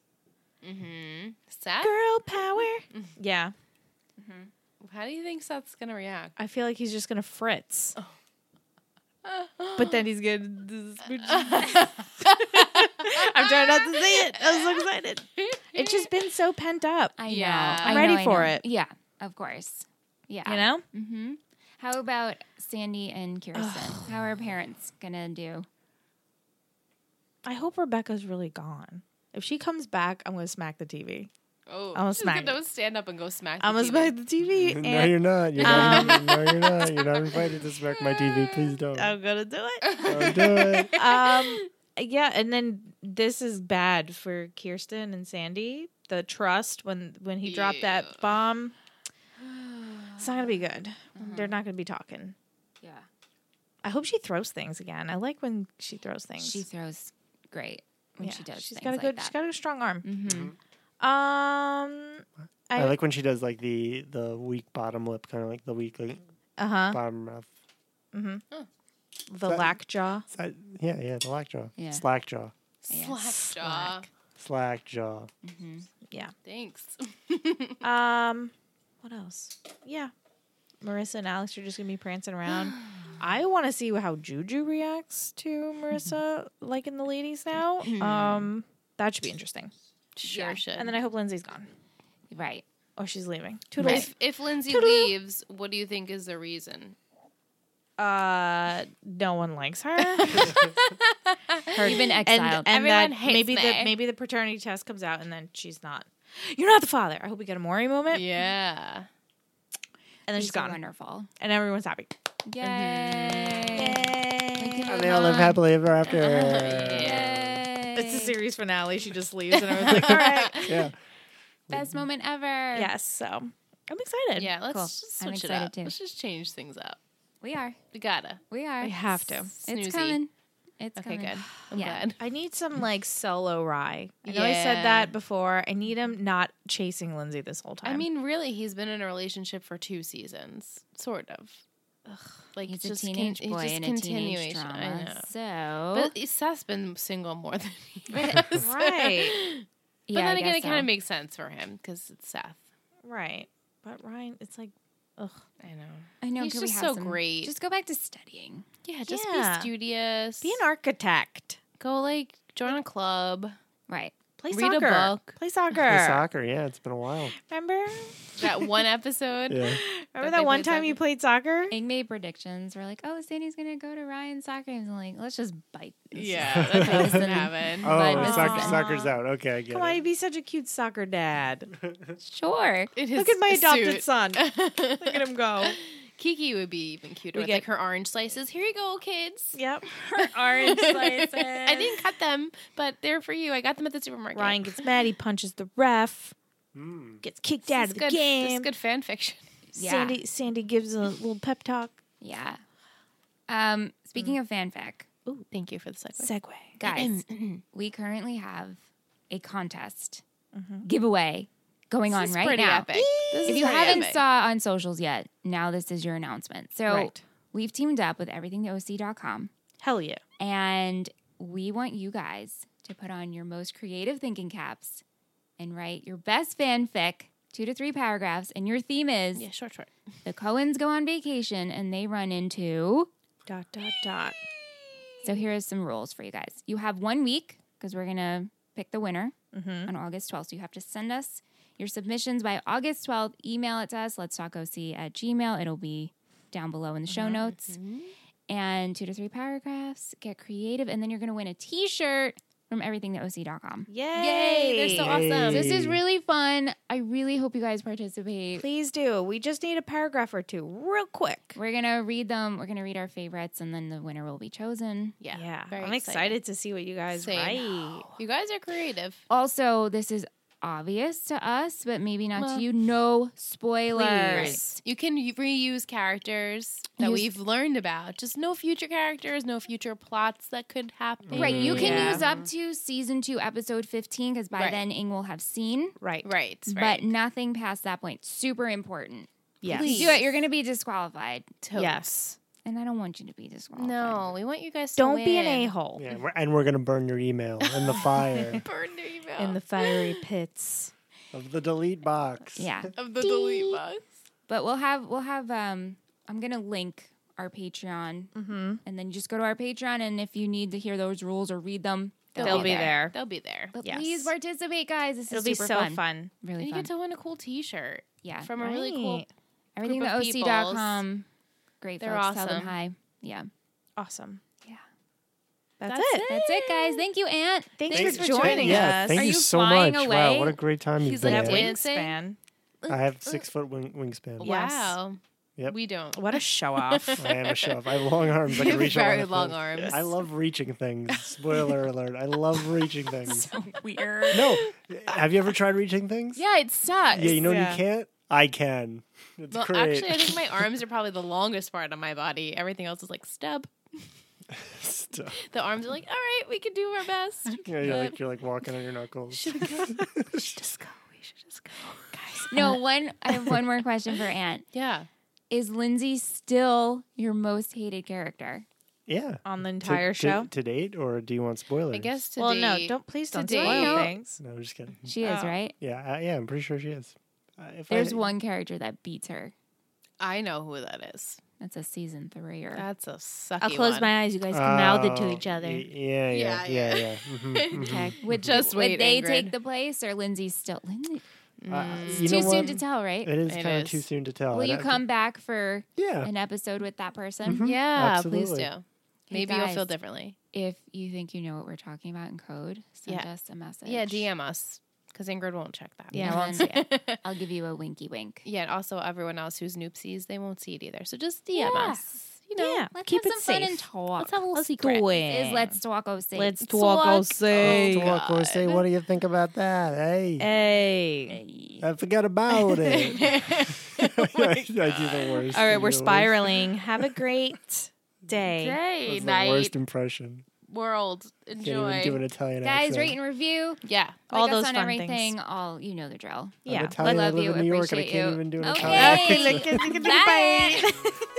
S4: Mm-hmm. Seth,
S1: Girl power. Yeah,
S4: how do you think Seth's gonna react?
S1: I feel like he's just gonna fritz. But then he's gonna. I'm trying not to say it. I was so excited. It's just been so pent up.
S5: I
S4: Yeah.
S5: know.
S4: I'm
S5: I know,
S1: ready
S5: I
S1: for
S5: know.
S1: it.
S5: Yeah, of course. Yeah.
S1: You know.
S5: Mm-hmm. How about Sandy and Kirsten? How are parents gonna do?
S1: I hope Rebecca's really gone. If she comes back, I'm gonna smack the TV.
S4: Oh,
S1: I'ma
S4: she's
S1: smack
S4: gonna stand up and go smack.
S1: I'm
S4: the
S1: gonna
S4: TV.
S1: smack the TV,
S6: no,
S1: and
S6: you're not. You're not. No, you're not. You're not invited to smack my TV. Please don't.
S1: I'm gonna do it.
S6: Don't do it.
S1: Um, yeah, and then this is bad for Kirsten and Sandy. The trust when when he dropped
S4: Yeah.
S1: that bomb, it's not gonna be good. They're not gonna be talking.
S5: Mm-hmm. Yeah.
S1: I hope she throws things again. I like when she throws things.
S5: She throws great when
S1: Yeah,
S5: she does.
S1: She's
S5: things
S1: got a
S5: like
S1: good. Mm-hmm.
S5: that.
S1: she's got a strong arm.
S5: Mhm.
S1: Um.
S6: I like when she does like the the weak bottom lip, kind of like the weak like,
S1: Uh huh.
S6: bottom mouth.
S1: The
S6: But-
S1: lack jaw.
S6: Is that- yeah, yeah, the lack jaw.
S5: Yeah.
S6: Slack jaw.
S4: Slack jaw.
S6: Slack jaw.
S1: Yeah.
S4: Thanks.
S1: Um, what else? Yeah, Marissa and Alex are just gonna be prancing around. I want to see how Juju reacts to Marissa, like in the ladies now. Um, that should be interesting.
S4: Sure should.
S1: And then I hope Lindsay's gone
S5: Right.
S1: or she's leaving. Toodles.
S4: if if Lindsay leaves, what do you think is the reason?
S1: Uh, no one likes her. her
S5: You've been
S1: and, and
S5: exiled.
S4: Everyone
S1: that
S4: hates
S1: maybe
S4: me.
S1: the maybe the paternity test comes out and then she's not. You're not the father. I hope we get a Maury moment,
S4: Yeah.
S1: and then she's
S5: These are
S1: gone, Mm-hmm.
S5: Wonderful.
S1: and everyone's happy.
S5: Yay.
S6: And they all live happily ever after.
S1: It's a series finale. She just leaves, and I was like, all right.
S6: Yeah.
S5: Best moment ever.
S1: Yes, so I'm excited.
S4: Yeah, let's
S5: Cool.
S4: just
S5: I'm
S4: switch it
S5: excited
S4: up.
S5: too.
S4: Let's just change things up.
S5: We are.
S4: We gotta.
S5: We are.
S1: I have to.
S5: It's
S4: Snoozy.
S5: coming. It's
S4: Okay,
S5: coming.
S4: good. I'm
S5: Yeah.
S4: glad.
S1: I need some like solo rye. I know I
S4: Yeah.
S1: said that before. I need him not chasing Lindsay this whole time.
S4: I mean, really, he's been in a relationship for two seasons, sort of. Like
S5: He's
S4: it's just
S5: a teenage
S4: con-
S5: boy
S4: it's just
S5: and a teenage
S4: continuation.
S5: drama.
S4: I know.
S5: So
S4: But Seth's been single more than he
S1: right.
S4: But
S5: yeah,
S4: then
S5: I
S4: again,
S5: guess
S4: it kind
S5: so.
S4: of makes sense for him because it's Seth.
S1: Right. But Ryan, it's like, ugh.
S4: I know.
S5: I know.
S4: he's
S5: could we
S4: just
S5: have
S4: so
S5: some-
S4: great.
S5: Just go back to studying.
S4: Yeah, just
S1: Yeah.
S4: be studious.
S1: Be an architect.
S4: Go like join a club.
S5: Right.
S1: Play
S4: Read a
S1: soccer.
S4: book.
S1: Play soccer.
S6: Play soccer, yeah, it's been a while.
S1: Remember?
S4: That one episode.
S6: Yeah.
S1: Remember
S4: they
S1: that one
S4: played
S1: time you
S4: soccer?
S1: played soccer?
S5: Ing made predictions. We're like, oh, Sandy's gonna go to Ryan's soccer games. I'm like, let's just bite. This.
S4: Yeah, that doesn't
S5: Listen.
S4: happen.
S6: Oh,
S5: But this
S6: soccer,
S5: isn't.
S6: soccer's out. Okay, I get
S1: Come on,
S6: it.
S1: you'd be such a cute soccer dad.
S5: Sure.
S4: In
S1: Look
S4: his
S1: at my adopted
S4: suit.
S1: son. Look at him go.
S4: Kiki would be even cuter
S1: We
S4: with
S1: get-
S4: like her orange slices. Here you go, kids.
S1: Yep.
S5: Orange slices.
S4: I didn't cut them, but they're for you. I got them at the supermarket.
S1: Ryan gets mad. He punches the ref.
S6: Mm.
S1: Gets kicked
S4: this
S1: out
S4: is
S1: of the
S4: good. This is
S1: game.
S4: good fan fiction.
S5: Yeah.
S1: Sandy Sandy gives a little pep talk.
S5: Yeah. Um, speaking of fanfic,
S4: Ooh, thank you for the segue.
S1: Segway.
S5: guys, we currently have a contest Mm-hmm. giveaway going on
S4: this is
S5: right
S4: pretty
S5: now.
S4: epic. This is
S5: If you
S4: pretty
S5: haven't
S4: epic.
S5: saw on socials yet, now this is your announcement. So
S1: Right.
S5: we've teamed up with everythingtoc.com
S1: Hell yeah.
S5: and we want you guys to put on your most creative thinking caps and write your best fanfic, two to three paragraphs, and your theme is
S4: yeah, short, short.
S5: the Cohens go on vacation and they run into
S1: Dot dot dot.
S5: So here is some rules for you guys. You have one week because we're gonna pick the winner
S1: Mhm.
S5: on August 12th. So you have to send us your submissions by August 12th. Email it to us. Let's talk OC at Gmail. It'll be down below in the show notes. And two to three paragraphs. Get creative, and then you're gonna win a T-shirt from everythingtheoc.com.
S1: Yay.
S4: Yay, they're so
S6: Yay.
S4: awesome.
S5: This is really fun. I really hope you guys participate.
S1: Please do. We just need a paragraph or two, real quick.
S5: We're gonna read them. We're gonna read our favorites, and then the winner will be chosen.
S4: Yeah,
S1: Yeah.
S4: very
S1: I'm excited to see what you guys
S4: Same.
S1: write.
S4: You guys are creative.
S5: Also, this is obvious to us, but maybe not
S4: Well,
S5: to you. No spoilers.
S4: Right. You can u- reuse characters that
S5: Use-
S4: we've learned about. Just no future characters, no future plots that could happen.
S5: Right. You can
S1: Yeah.
S5: use up to season two, episode 15, because by
S4: Right.
S5: then Ing will have seen,
S1: Right.
S4: Right.
S5: but nothing past that point. Super important.
S1: Yes.
S5: If you do it, you're going to be disqualified.
S4: Totes.
S1: Yes.
S5: And I don't want you to be disqualified.
S4: No, we want you guys to
S1: Don't be an a
S4: win.
S1: hole
S6: Yeah, and we're, and we're gonna burn your email in the fire
S4: Burn their email.
S1: in the fiery pits.
S6: of the delete box.
S5: Yeah.
S4: of the delete box.
S5: But we'll have, we'll have, um, I'm going to link our Patreon. Mm-hmm. And then just go to our Patreon. And if you need to hear those rules or read them, they'll,
S1: They'll be there.
S4: They'll be there.
S5: But
S1: Yes.
S5: please participate, guys. This
S1: It'll
S5: is
S1: be
S5: super
S1: so fun.
S5: Really
S4: and you
S5: fun.
S4: get to win a cool T-shirt.
S5: Yeah.
S4: from a really cool.
S1: Right.
S5: Everything
S4: group
S5: the
S4: of
S5: OC.com. Great
S4: They're
S5: folks. Tell them
S4: awesome.
S5: hi. Yeah.
S1: Awesome.
S5: Yeah.
S1: That's,
S4: That's
S1: it.
S4: it.
S5: That's it, guys. Thank you, Aunt.
S1: Thanks,
S6: Thanks
S1: for
S4: for joining
S1: joining
S6: yeah,
S1: us.
S6: thank
S5: Are
S6: you,
S5: you
S6: so
S5: flying
S6: much. Wow,
S5: away?
S6: what a great time
S4: He's
S6: you've
S4: like,
S6: been.
S1: that
S6: at.
S4: "Wait."
S1: wingspan.
S6: I have six foot wing, wingspan.
S1: Yes.
S4: Wow.
S6: Yep.
S4: We don't.
S1: What a show off.
S6: I am a chef. I have long arms. I
S4: You
S6: can
S4: have
S6: reach a lot
S4: very
S6: of
S4: long
S6: things.
S4: arms.
S6: I love reaching things. Spoiler alert! I love reaching things.
S5: So weird.
S6: No, have you ever tried reaching things?
S4: Yeah, it sucks.
S6: Yeah, you know
S1: Yeah.
S6: you can't. I can. It's
S4: Well,
S6: great.
S4: actually, I think my arms are probably the longest part of my body. Everything else is like stub.
S6: Stuff.
S4: The arms are like, all right, we can do our best.
S6: Yeah, you're like you're like walking on your knuckles.
S4: Should we go? we should just go. We should just go, guys.
S5: No, one I have one more question for Aunt.
S4: Yeah.
S5: Is Lindsay still your most hated character?
S6: Yeah.
S1: On the
S6: To-
S1: entire
S6: to,
S1: show.
S6: to, date, or do you want spoilers?
S4: I guess today.
S1: well, no, don't please don't
S4: today-
S1: spoil
S4: No.
S1: things.
S6: No, I'm just kidding.
S5: She is,
S1: Oh.
S5: right?
S6: Yeah, I, yeah, I'm pretty sure she is. Uh, if I-
S5: There's one character that beats her.
S4: I know who that is.
S5: That's a season three or
S4: That's a sucky
S1: I'll close
S4: one.
S1: my eyes. You guys can mouth it to
S6: Oh,
S1: each other.
S6: y- Yeah,
S4: Yeah,
S6: yeah, yeah, yeah.
S4: yeah.
S6: Mhm, mhm.
S5: Okay. Would
S4: Just
S5: would
S4: wait,
S5: they
S4: Ingrid.
S5: take the place or Lindsay still
S1: Mm.
S5: Lindsay?
S6: Uh,
S5: It's
S6: you
S5: too
S6: know
S5: soon
S6: what?
S5: to tell, right?
S6: It is
S4: It
S6: kind of
S4: is.
S6: too soon to tell.
S5: Will
S6: I'd
S5: you
S6: have to-
S5: come back for
S6: Yeah. Mm-hmm.
S5: an episode with that person?
S4: Yeah, please
S6: Absolutely.
S4: do. Maybe you'll
S5: guys.
S4: feel differently.
S5: If you think you know what we're talking about in code, send
S4: Yeah.
S5: us a message.
S4: Yeah, DM us because Ingrid won't check that.
S1: Yeah, I
S5: And
S1: won't
S5: then
S1: see it.
S5: I'll give you a winky wink.
S4: Yeah, and also everyone else who's noopsies, they won't see it either. So just DM
S5: Yeah.
S4: us. You know,
S1: Yeah.
S5: Let's
S1: Keep
S5: have
S1: it
S5: some fun and
S1: safe.
S5: talk.
S4: let's have a little
S1: Let's
S4: secret.
S1: do
S5: Is
S1: it.
S5: let's talk OC.
S1: Let's
S4: Let's
S1: talk.
S4: walk.
S1: I'll say.
S5: Oh,
S6: Talk, or say, what do you think about that? Hey,
S1: Hey.
S5: Hey.
S6: I forgot about it.
S5: Oh,
S6: I do the worst.
S1: All
S6: I
S1: right,
S6: do
S1: we're
S6: the worst.
S1: spiraling. Have a great day.
S4: Day,
S6: That's my
S4: night,
S6: worst impression.
S4: world.
S6: Can't even do an
S4: Enjoy.
S6: Italian
S5: Guys,
S6: accent.
S5: rate and review.
S4: Yeah.
S5: Like
S1: All
S5: us
S1: those
S5: on
S1: fun
S5: everything.
S1: things.
S5: All you know the drill.
S6: I'm
S1: Yeah.
S6: Italian. Oh, I
S5: Love
S6: live
S5: you.
S6: in New York and I
S5: appreciate
S6: can't
S5: you.
S6: even do an
S5: Okay.
S6: Italian accent.
S1: Okay, look, it's gonna be
S5: Bye.
S1: bye.